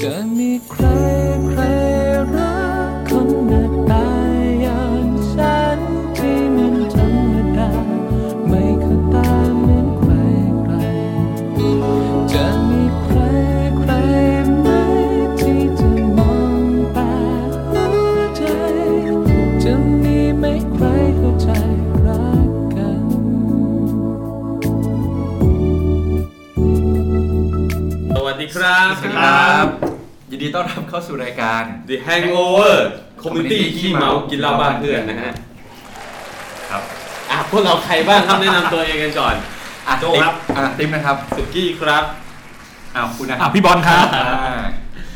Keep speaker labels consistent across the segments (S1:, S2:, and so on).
S1: จะมีใครใครรักคนหน้าตาอย่างฉันที่มันธรรมดา ไม่เคยตามเหมือนใครใคร จะมีใครใครไหมที่จะมองตาหัวใจ จะมีไหมใครเข้าใจรักกัน
S2: สวัสดีครับ
S3: สวัสดีครับ ยินดีต้อนรับเข้าสู่รายการ
S2: ครับ The Hangover Community
S3: Community
S2: ขี้เมา
S3: ขี้เมากิ
S2: กินเหล้าบ้านเพื่อนนะฮะ
S3: ครับ
S2: อ่ะพวกเราใคร บ้างครับแนะนำตัวเองกันก่อน
S3: อ่ะ
S2: โจ้ครับ
S3: อ่ะติ๊มนะครับ
S2: สุกี้ครับ
S3: อ้าวคุณนะ
S4: อ่ะพี่บอลครับ
S3: อ่า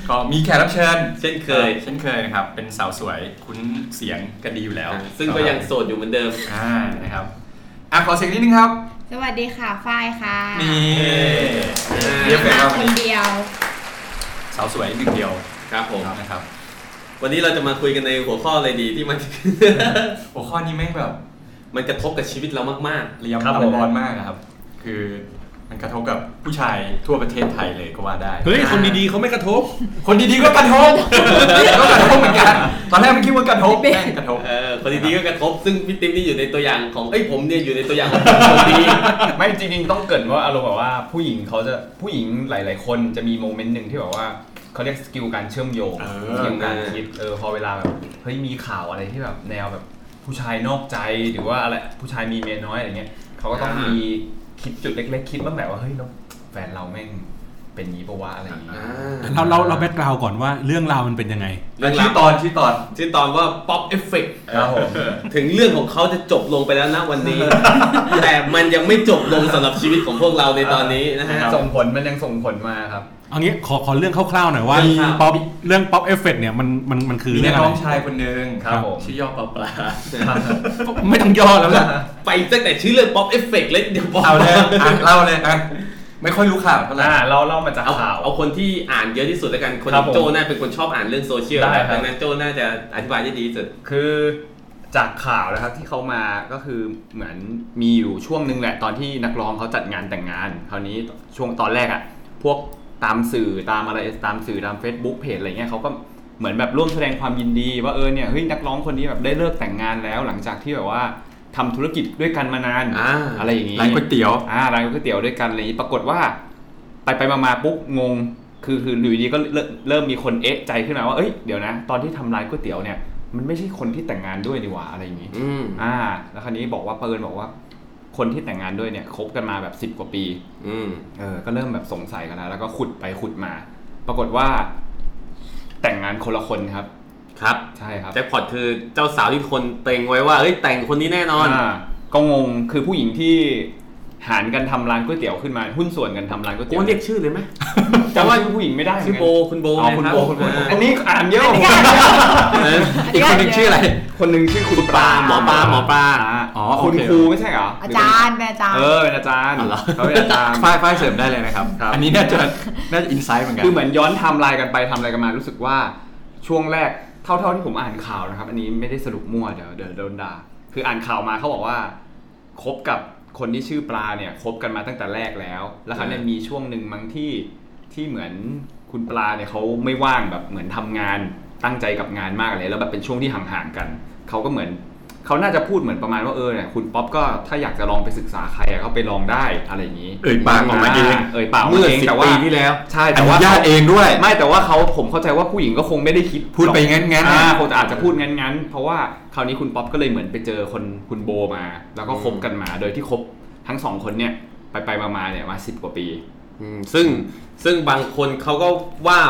S3: ก็มีแขกรับเชิญ
S2: เช่นเคย
S3: เช่นเคยนะครับ เป็นสาวสวยคุ้นเสียงกันดีอยู่แล้ว
S2: อ่ะซึ่งก็ยังโสดอยู่เหมือนเดิม
S3: อ่านะครับอ่ะขอเสียงนิดนึงครับ
S5: สวัสดีค่ะ ฝ้ายค่ะ
S3: นี่
S2: อ่า
S3: เรียบร้อย
S5: มา
S3: ครับวัน
S5: คน
S3: นี้
S5: เดียว
S3: สาวสวยหนึ่งเดียว
S2: ครับผม
S3: นะครับ
S2: วันนี้เราจะมาคุยกันในหัวข้ออะไรดีที่มัน
S3: หัวข้อนี้แม่งแบบ
S2: มันกระทบกับชีวิตเรามาก
S3: เรียม
S4: ครับ
S3: ตะ
S4: ผม
S3: บอลมากอะครับ คือมันกระทบกับผู้ชายทั่วประเทศไทยเลยก็ว่าได้
S4: เฮ้ย คนดีๆเขาไม่กระทบ
S3: คนดีๆก็กระท บ ก็กระทบเหมือนกัน ตอนแรกมันคิดว่ากระทบแม่งกระทบ
S2: ๆ เออคนดีๆก็กระทบ ซึ่งพี่ติ๊มนี่อยู่ในตัวอย่างของ เอ้ยผมเนี่ยอยู่ในตัวอย่างของคนดี
S6: ไม่จริงๆต้องเกริดว่าอารมณ์แบบว่าผู้หญิงเขาจะผู้หญิงหลาย ๆ คนจะมีโมเมนต์หนึ่งที่แบบว่าเขาเรียกสกิลการเชื่อมโยง
S3: เออ
S6: สกิลการคิดเออพอเวลาแบบเฮ้ยมีข่าวอะไรที่แบบแนวแบบผู้ชายนอกใจหรือว่าอะไรผู้ชายมีเมียน้อยอะไรเงี้ยเขาก็ต้อง
S2: อ่ามี
S6: มีคิดจุดเล็ก ๆ คิดบ้างแหละว่าเฮ้ยแล้วแฟนเราแม่งเป็นอย่างนี้ปะวะอะไรอย่างเงี้ย
S2: อ่า
S4: เราเราเราแบ็กกราวก่อนว่าเรื่องราวมันเป็นยังไง
S2: เรื่อง
S3: ชื่
S2: รา
S3: อ
S2: ว
S3: ตอนชื่อตอน
S2: ชื่อตอนว่า Pop Effect
S6: ครับผม
S2: ถึงเรื่องของเขาจะจบลงไปแล้วนะวันนี้ แต่มันยังไม่จบลงสำหรับชีวิตของพวกเราในตอนนี้นะฮะ
S6: ส่งผลมันยังส่งผลมาครับ
S4: เอางี้ขอขอเรื่องคร่าวๆหน่อยว่า
S2: เรื่องคร่าว
S4: ป๊อปเรื่องป๊อปเอฟเฟกเนี่ยมันมันมันคือ
S3: มี
S4: เรื่อ
S3: นั
S4: ก งอะ
S3: ร้
S4: ไร
S3: องชายคนหนึ่ง
S6: ครับผม
S3: ชื่อย่อ ปลาปลา
S4: ไม่ต้องย่อแล้วล่ะ
S2: ไปตั้งแต่ชื่อเรื่อง Pop Effect เลยเดี๋ยวบอก
S3: เอาเลยอ่ะเล่าเลยอ่ะไม่ค่อยรู้ข่าวเท่าไหร่
S6: อ่าเราเล่ามาจาก
S2: เอา
S6: ข่าว
S2: เอาคนที่อ่านเยอะที่สุดแล้วกัน คน
S6: ครับผม
S2: โจน่าเป็นคนชอบอ่านเรื่องโซเชียล
S6: ได้ครับ
S2: ดังนั้นโจน่าจะอธิบายได้ดีที่สุด
S6: คือจากข่าวนะครับที่เขามาก็คือเหมือนมีอยู่ช่วงหนึ่งแหละตอนที่นักร้องเขาจัดงานแต่งงาน คราวนี้ช่วงตอนแรกอะพวกตามสื่อตามอะไรตามสื่อตาม Facebook เพจอะไรเงี้ยเขาก็เหมือนแบบร่วมแสดงความยินดี ว่าเออเนี่ยเฮ้ยนักร้องคนนี้แบบได้เลิกแต่งงานแล้ว หลังจากที่แบบว่าทำธุรกิจด้วยกันมานาน
S2: อ่า
S6: ไรอย่างนี้
S3: ร้านก๋วยเตี๋ยว
S6: อ่าร้านก๋วยเตี๋ยวด้วยกันอะไรอย่างนี้ปรากฏว่า ไปไปมามาปุ๊บงง คือคือหลุยดีก็เริ่มเริ่มมีคนเอ๊ะใจขึ้นมาว่าเอ้ยเดี๋ยวนะ ตอนที่ทำร้านก๋วยเตี๋ยวเนี่ยมันไม่ใช่คนที่แต่งงานด้วยนี่หว่าอะไรอย่างนี้
S2: อืม
S6: อ่า แล้วคราวนี้บอกว่าเปิลบอกว่า คนที่แต่งงานด้วยเนี่ยคบกันมาแบบ 10 กว่าปี
S2: อืม
S6: เออ ก็เริ่มแบบสงสัยกันแล้วแล้วก็ขุดไปขุดมา ปรากฏว่า แต่งงานคนละคนครับ
S2: ครับ
S6: ใช่ครับ
S2: แจ็คพอตคือเจ้าสาวที่คนเต็งไว้ว่าเอ้ยแต่งคนนี้แน่นอน
S6: อ่าก็งงคือผู้หญิงที่หารกันทำร้านก๋วยเตี๋ยวขึ้นมาหุ้นส่วนกันทำร้านก๋วย
S2: โอ้เรี
S6: เตี๋ยว
S2: ยกชื่อเลยไหม
S6: จำว่าผู้หญิงไม่ได้เหมืน
S2: ชื่อ
S6: กัน
S2: โบคุณโบ
S6: อ๋อคุณโบ
S2: นะรับ
S6: คุณโบ
S2: อ่า
S6: อันนี้อ่านเยอะ
S2: เออ
S3: อีกคนหนึ่งชื่ออะไร
S6: คนหนึ่งชื่อคุณป
S2: ป
S6: ลา
S2: ลาหมอปลาหมอปลา
S3: อ๋อโอ
S6: คุณ
S3: เค
S6: ครูไม่ใช่เหรอ
S5: อาจารย์แม่อาจารย์
S6: เออเป็นอาจารย์
S2: อ๋อเหรอ
S6: เขาเป็นอาจารย์
S3: ฝ้ายฝ้ายเสริมได้เลยนะครับ
S6: ครับ
S3: อันนี้น่าจะน่าจะอินไซต์เหมือนกัน
S6: คือเหมือนย้อนไทำลายกันไปไทำลายกันมารู้สึกว่าช่วงแรกเท่าๆที่ผมอ่านข่าวนะครับ อันนี้ไม่ได้สรุปมั่วเดี๋ยวเดี๋ยวโดนด่าคืออ่านข่าวมาเขาบอกว่าคบกับคนที่ชื่อปลาเนี่ยคบกันมาตั้งแต่แรกแล้ว แล้วเขาเนี่ยมีช่วงหนึ่งมั้งที่ที่เหมือนคุณปลาเนี่ยเขาไม่ว่างแบบเหมือนทำงานตั้งใจกับงานมากเลย แล้วแบบเป็นช่วงที่ห่างๆกันเขาก็เหมือนเขาน่าจะพูดเหมือนประมาณว่าเออเนี่ยคุณป๊อปก็ถ้าอยากจะลองไปศึกษาใครอะก็ไปลองได้อะไรอย่างนี้
S3: เอ่ยปากออกมาเอง
S6: เอ่ยปากก
S2: เมื่อ
S6: มาเอง
S2: สิบ
S6: แต่ว่า
S2: ปีที่แล้ว
S6: ใช่
S3: อ
S6: แต่
S3: นุ
S6: ว่า
S3: ญาตเองด้วย
S6: ไม่แต่ว่าเขาผมเข้าใจว่าผู้หญิงก็คงไม่ได้คิด
S3: พูดไปงั้นๆนะ
S6: อ่าคงจะอาจจะพูดงั้นๆ เพราะว่าคราวนี้คุณป๊อปก็เลยเหมือนไปเจอคนคุณโบมา แล้วก็คบกันมา โดยที่คบทั้งสองคนเนี่ยไปไปๆมาๆเนี่ยมาสิบกว่าปี
S2: อืมซึ่งซึ่งบางคนเขาก็ว่า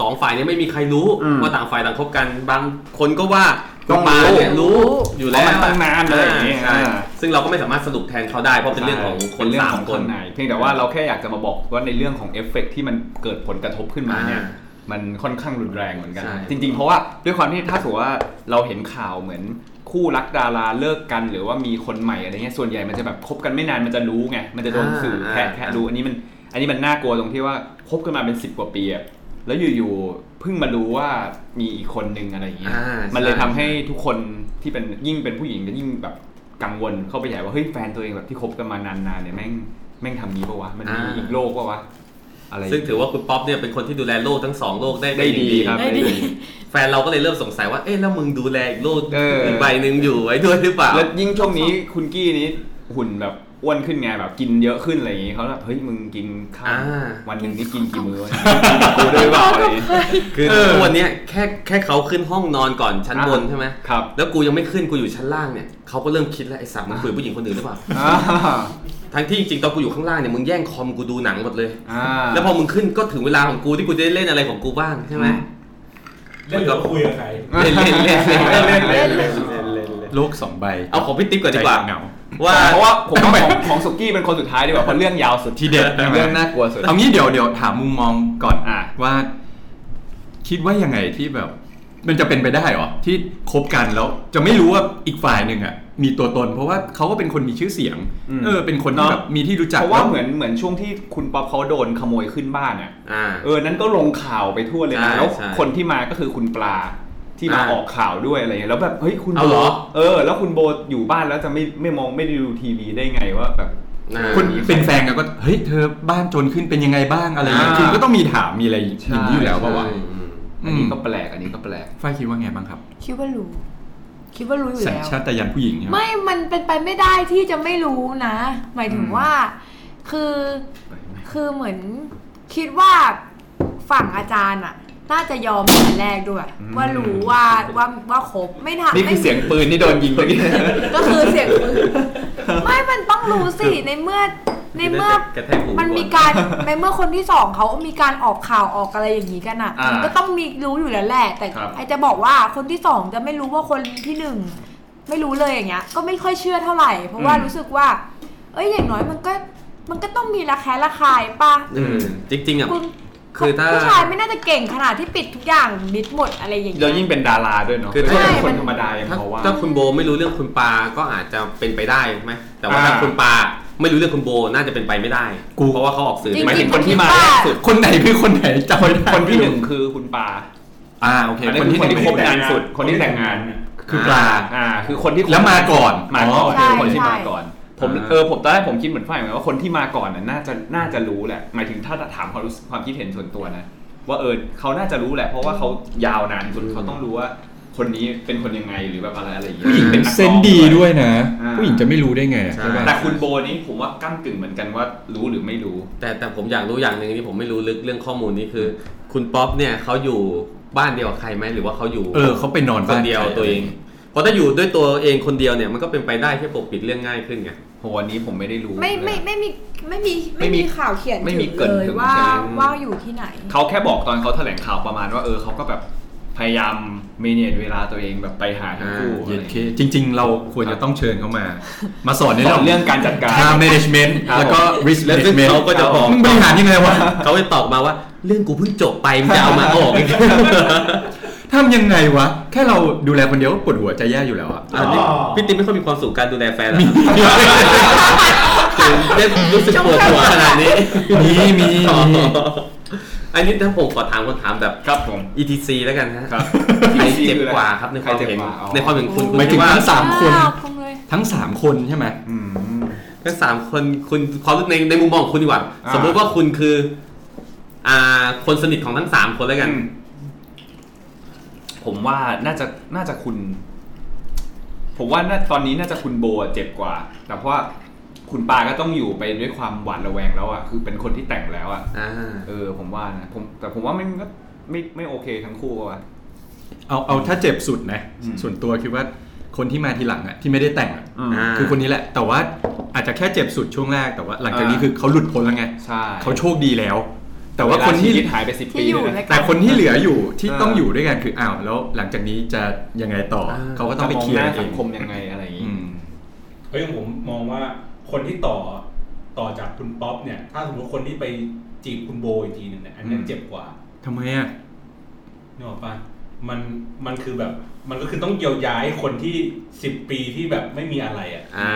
S2: สองฝ่ายเนี้ไม่มีใครรู้
S6: อืม
S2: ว่าต่างฝ่ายต่างคบกัน บางคนก็ว่า
S6: ต้อง
S2: มาเนี่ย
S6: รู้
S2: รู้อยู่แล้ว
S6: เพราะมันตั้งนานอะไรอย่างเงี้ย
S2: ใช่
S6: อ่า
S2: ซึ่งเราก็ไม่สามารถสรุปแทนเขาได้เพราะเป็นเรื่องของคน
S6: เป็เรื่
S2: สาม
S6: อง
S2: ค
S6: ขอน งไหนเพียงแต่ว่าเราแค่อยากจะมาบอกว่าในเรื่องของเอฟเฟกต์ที่มันเกิดผลกระทบขึ้นมาเนี่ย
S2: อ่า
S6: มันค่อนข้างรุนแรงเหมือนกัน
S2: ใช่
S6: จริง ๆ เพราะว่าด้วยความที่ถ้าสมมติว่าเราเห็นข่าวเหมือนคู่รักดาราเลิกกัน หรือว่ามีคนใหม่อะไรเงี้ยส่วนใหญ่มันจะแบบคบกันไม่นานมันจะรู้ไงมันจะโดนสื่อแคะแคะรู้อันนี้มันอันนี้มันน่ากลัวตรงที่ว่าคบกันมาเป็น 10 กว่าปีอะแล้วอยู่ๆเพิ่งมารู้ว่ามีอีกคนนึงอะไรอย่างเงี้ย
S2: อ่า
S6: มันเลย
S2: ใช่
S6: ทำให้ทุกคนที่เป็นยิ่งเป็นผู้หญิงก็ยิ่งแบบ กังวลเข้าไปใหญ่ว่าเฮ้ยแฟนตัวเองแบบที่คบกันมานานๆเนี่ยแม่งแม่งทำนี้ปะวะมันมี
S2: อ่า
S6: อีกโลกปะวะ อะไร
S2: ซึ่งถือว่าคุณป๊อปเนี่ยเป็นคนที่ดูแลโลกทั้งสองโลกได้เป็นอย่า
S6: ได้
S2: ง
S6: ดีครับ
S7: ได้ดี
S2: แฟนเราก็เลยเริ่มสงสัยว่า เอ๊ะแล้วมึงดูแลอีกโลก
S6: เอออี
S2: อีกใบหนึ่งอยู่ไว้ด้วยหรือเปล่า
S6: แล้วยิ่งช่วงนี้คุณกี้นี้หุ่นแบบอ้วนขึ้นไงแบบกินเยอะขึ้นอะไรอย่างงี้เขาแบบเฮ้ยมึงกินข้าว
S2: อ่า
S6: วันหนึ่งนี่กินกี่มื้อวะกูด้วยเปล่าอะไรอย่างงี้
S2: คือทุกวันเนี้ยแค่แค่เขาขึ้นห้องนอนก่อนชั้นบนใช่ไหม
S6: ครับ
S2: แล้วกูยังไม่ขึ้นกูอยู่ชั้นล่างเนี่ยเขาก็เริ่มคิดแล้วไอ้สามมันคุยกับผู้หญิงคนอื่นหรือเปล่า
S6: อ่า
S2: ทั้งที่จริงๆตอนกูอยู่ข้างล่างเนี่ยมึงแย่งคอมกูดูหนังหมดเลย
S6: อ่า
S2: แล้วพอมึงขึ้นก็ถึงเวลาของกูที่กูจะได้เล่นอะไรของกูบ้างใช่ไหม
S4: เล่นกับคุยกับใคร
S2: เล่นเล่นเล่นเล่นเล่นเล่นเล่น
S6: เล่น
S4: โลกสองใบ
S2: เอาของพี่ติ๊กก่อนดีกว่า
S4: เหงา
S2: ว่า
S6: เพราะว่าผมว่าของของสุกี้เป็นคนสุดท้ายดีกว่าเพราะเรื่องยาวสุด
S4: ที่เด็ด
S6: เรื่องน่ากลัวสุด
S3: เอางี้เดี๋ยวเดี๋ยวถามมุมมองก่อน
S6: อ่ะ
S3: ว่า คิดว่ายังไงที่แบบ มันจะเป็นไปได้เหรอที่คบกันแล้ว จะไม่รู้ว่าอีกฝ่ายหนึ่งอ่ะ มีตัวตน เพราะว่าเขาก็เป็นคนมีชื่อเสียง เออ เป็นคนที่แบบมีที่รู้จัก
S6: เพราะว่า
S3: แล้
S6: เหมือนเหมือนช่วงที่คุณป๊อปเขาโดนขโมยขึ้นบ้านอ่ะ
S2: อ่า
S6: เออนั้นก็ลงข่าวไปทั่วเลย
S2: ใช่
S6: นะแล้ว
S2: ใช่
S6: คนที่มาก็คือคุณปลาที่มา
S2: อ่า
S6: ออกข่าวด้วยอะไรเงี้ยแล้วแบบเฮ้ยคุณโบ
S2: เอาเหรอ
S6: เออ แล้วคุณโบอยู่บ้านแล้วจะไม่ไม่มองไม่ได้ดูทีวีได้ไงว่าแบบ
S2: อ่า
S3: คุณเป็นแฟนกันก็เฮ้ยเธอบ้านจนขึ้นเป็นยังไงบ้างอะไรอย่างเงี้ย
S6: อ่า
S3: จริงก็ต้องมีถามมีอะไรอย่างนี้อยู่แล้วป่าวะ
S6: อันนี้ก็แปลกอันนี้ก็แปลก
S3: ฝ้ายคิดว่าไงบ้างครับ
S5: คิดว่ารู้ คิดว่ารู้อยู่
S3: สัญ
S5: แล้ว
S3: ชาตญาณผู้หญิงใช่ไหม
S5: ไม่ มันเป็นไปไม่ได้ที่จะไม่รู้นะ หมายถึงว่า คือ คือเหมือนคิดว่าฝั่งอาจารย์อะน่าจะยอมแต่แรกด้วย
S6: อืม
S5: ว่ารู้ว่าว่าว่าครบไม่ทำ
S6: นี่คือเสียงปืนที่โดนยิง ไป
S5: ก็คือเสียงปืนไม่มันต้องรู้สิ ในเมื่อ ในเมื่อ
S2: กระแทกหู
S5: มันมี
S2: ก่อน
S5: การ ในเมื่อคนที่สองเขามีการออกข่าวออกอะไรอย่างนี้กันอ่ะ
S6: อ่ามั
S5: มันก็ต้องมีรู้อยู่แล้วแหละแต่
S6: ครับ
S5: ไอจะบอกว่าคนที่สองจะไม่รู้ว่าคนที่หนึ่งไม่รู้เลยอย่างเงี้ย ก็ไม่ค่อยเชื่อเท่าไหร่ เพราะว่ารู้สึกว่า เอ้ยอย่างน้อยมันก็มันก็ต้องมีระแคะระคายป่ะ
S2: อืมจริงๆอ่ะ
S5: คุณ
S2: คือถ้า
S5: ผู้ชายไม่น่าจะเก่งขนาดที่ปิดทุกอย่างมิดหมดอะไรอย่าง
S6: เรา
S5: เงี้ย
S6: ยิ่งเป็นดาราด้วยเนาะ
S2: คือถ้า
S6: ถ้าเป็น
S5: ใช่
S6: คนธรรมดาอย่าง
S2: ถ้า
S6: เขาว่า
S2: ถ้าคุณโบไม่รู้เรื่องคุณปาก็อาจจะเป็นไปได้ไหมแต่ว่า
S6: อ่า
S2: ถ้าคุณปาไม่รู้เรื่องคุณโบน่าจะเป็นไปไม่ได้
S4: กู
S2: เพราะว่าเขาออกสื่อ
S5: จริง
S6: หมาย
S2: ไม่
S6: ถึงคนที่มาแรกสุด
S3: คนไหนคือคนไหนจำไม่ได้
S6: คนที่หนึ่งคือคุณปา
S3: อ่าโอเค
S6: อันนี้คือคนที่คบนานสุด คนที่แต่งงาน
S3: คือปลา
S6: อ่า คือคนที่
S3: แล้วมาก่อน
S6: มาก่อน
S5: อ๋อ
S6: คือคนที่
S5: ใช่
S6: มาก่อน ผม
S2: า
S6: เออ ผมตอนแรกผมคิดเหมือนฝ่ายเหมือนว่าคนที่มาก่อนน่ะน่าจะ น่าจะรู้แหละ หมายถึงถ้าถามความรู้สึกความคิดเห็นส่วนตัวนะ ว่าเออเขาน่าจะรู้แหละ เพราะว่าเขายาวนานสุดเขาต้องรู้ว่า คนนี้เป็นคนยังไงหรือแบบอะไรอะไรอย่างเงี้ย
S3: ผู้หญิงเป็น
S6: กร้อ
S3: เซนส์ดีด้วยนะ
S6: อ่า
S3: ผู้หญิงจะไม่รู้ได้ไง
S2: ใช่
S3: ใช่ปะ
S6: แต่คุณโบนี้ผมว่าก้ากึ่งเหมือนกันว่ารู้หรือไม่รู้
S2: แต่แต่ผมอยากรู้อย่างหนึ่งที่ผมไม่รู้ลึกเรื่องข้อมูลนี้คือ คุณป๊อปเนี่ยเขาอยู่บ้านเดียวกับใครไหมหรือว่าเขาอยู่
S3: เออเขาไปนอน
S2: คน
S3: บ้าน
S2: เดียว
S3: ใคร
S2: ตัวเอง เพราะถ้าอยู่ด้วยตัวเองคนเดียวเนี่ยมันก็เป็นไปได้ที่ปกปิดเรื่องง่ายขึ้นไง
S6: โห อันนี้ผมไม่ได้รู้
S5: ไม่ไม่
S6: เลย
S5: ไม่มีไม่มี
S6: ไม่
S5: ไม่
S6: มี
S5: มีข่าวเขียน
S6: ไม่มี
S5: ถึง
S6: เกิน
S5: เลย
S6: ถึง
S5: ว่า
S6: ใช่ไหม
S5: ว่าอยู่ที่ไหน
S6: เขาแค่บอกตอนเขาแถลงข่าวประมาณว่า เออเขาก็แบบ พยายามเมเนจเวลาตัวเองแบบไปหาทั้งคู่
S3: เย็นเค
S6: อะไรอย่างงี้ย
S3: จริง ๆ เราควรจะต้องเชิญเขามา มาสอนใน
S6: สอน
S3: เรื่
S6: เรื่
S3: อ
S6: อง งการจัดการ
S3: ทา management
S6: ครับ
S3: แล้วก็ risk
S2: แล้วซึ่ง
S3: management
S2: เขาก็จะบอก
S3: มึงบริหารยังไงวะ
S2: เขาไปตอบมาว่า เรื่องกูเพิ่งจบไปมึงจะเอามาออกอีก
S3: ทำยังไงวะ แค่เราดูแลคนเดียวก็ปวดหัวใจแย่อยู่แล้วอะ
S2: อ่ะนี่พี่ติ๊กไม่ค่อยมีความสุขการดูแลแฟนหรอถึงได้รู้สึกปวดหัวขนาดนี้
S3: มีมี
S2: อ๋อ
S3: มี
S2: อันนี้ถ้าผมขอถามคำถามแบบ
S6: ครับผม
S2: ETC แล้วกันนะครับ ใครเจ็บกว่าครับในความเห็น
S6: ใครเจ็บกว่าอ๋อ
S2: ในความเห็นคุณคุณ
S3: หมายถึ
S2: คิ
S3: ง
S2: ดว่า
S3: ทั้งสามคน
S5: อ้าวคงเลย
S3: ทั้งสามคนใช่ไหม
S6: อืม
S2: ทั้งสามคนคุณความรู้ในในมุมมองของคุณดีกว่า
S6: อ่า
S2: สมมติว่าคุณคือ อ่าคนสนิทของทั้งสามคนแล้วกัน
S6: ผมว่าน่าจะน่าจะคุณ ผมว่าน่าตอนนี้น่าจะคุณโบเจ็บกว่า แต่เพราะว่าคุณปาก็ต้องอยู่ไปด้วยความหวาดระแวงแล้วอะคือเป็นคนที่แต่งแล้วอะ
S2: อ่า
S6: เออ ผมว่านะผมแต่ผมว่ามันก็ไม่ไม่โอเคทั้งคู่อะ
S3: เอาเอาถ้าเจ็บสุดนะ
S6: อืม
S3: ส่วนตัวคิดว่าคนที่มาทีหลังอะที่ไม่ได้แต่งอะ
S6: ม
S2: อ่า
S3: คือคนนี้แหละ แต่ว่าอาจจะแค่เจ็บสุดช่วงแรกแต่ว่าหลังจากนี้
S6: อ่า
S3: คือเขาหลุดพ้นแล้วไง
S6: ใช่
S3: เขาโชคดีแล้ว แต่ว่าคน
S6: เล
S3: ที่
S6: ชีวิตหายไปสิบปี
S5: ที่อยู่
S6: เล
S5: ใน
S6: ยนะ
S3: แต่คนที่เหลืออยู่ที่
S6: อ่า
S3: ต้องอยู่ด้วยกันคืออ้าวแล้ว หลังจากนี้จะยังไงต่ออา เขาก็ต้องไปเคลียร์
S6: จะมงหน้า
S3: เอ
S6: สั
S3: ง
S6: งคมยังไงอะไรอย่าง
S3: อื
S6: งี้
S3: ม
S4: เฮ้ยผมมองว่าคนที่ต่อต่อจากคุณป๊อปเนี่ย ถ้าสมมติคนที่ไปจีบคุณโบอีกทีหนึงเนี่ยอันนั้น
S6: อืม
S4: เจ็บกว่า
S3: ทำไมอ่ะ
S4: นึกออกปะมันมันคือแบบ มันก็คือต้องเยียวยาให้คนที่สิบปีที่แบบไม่มีอะไรอ่ะ
S2: อ่า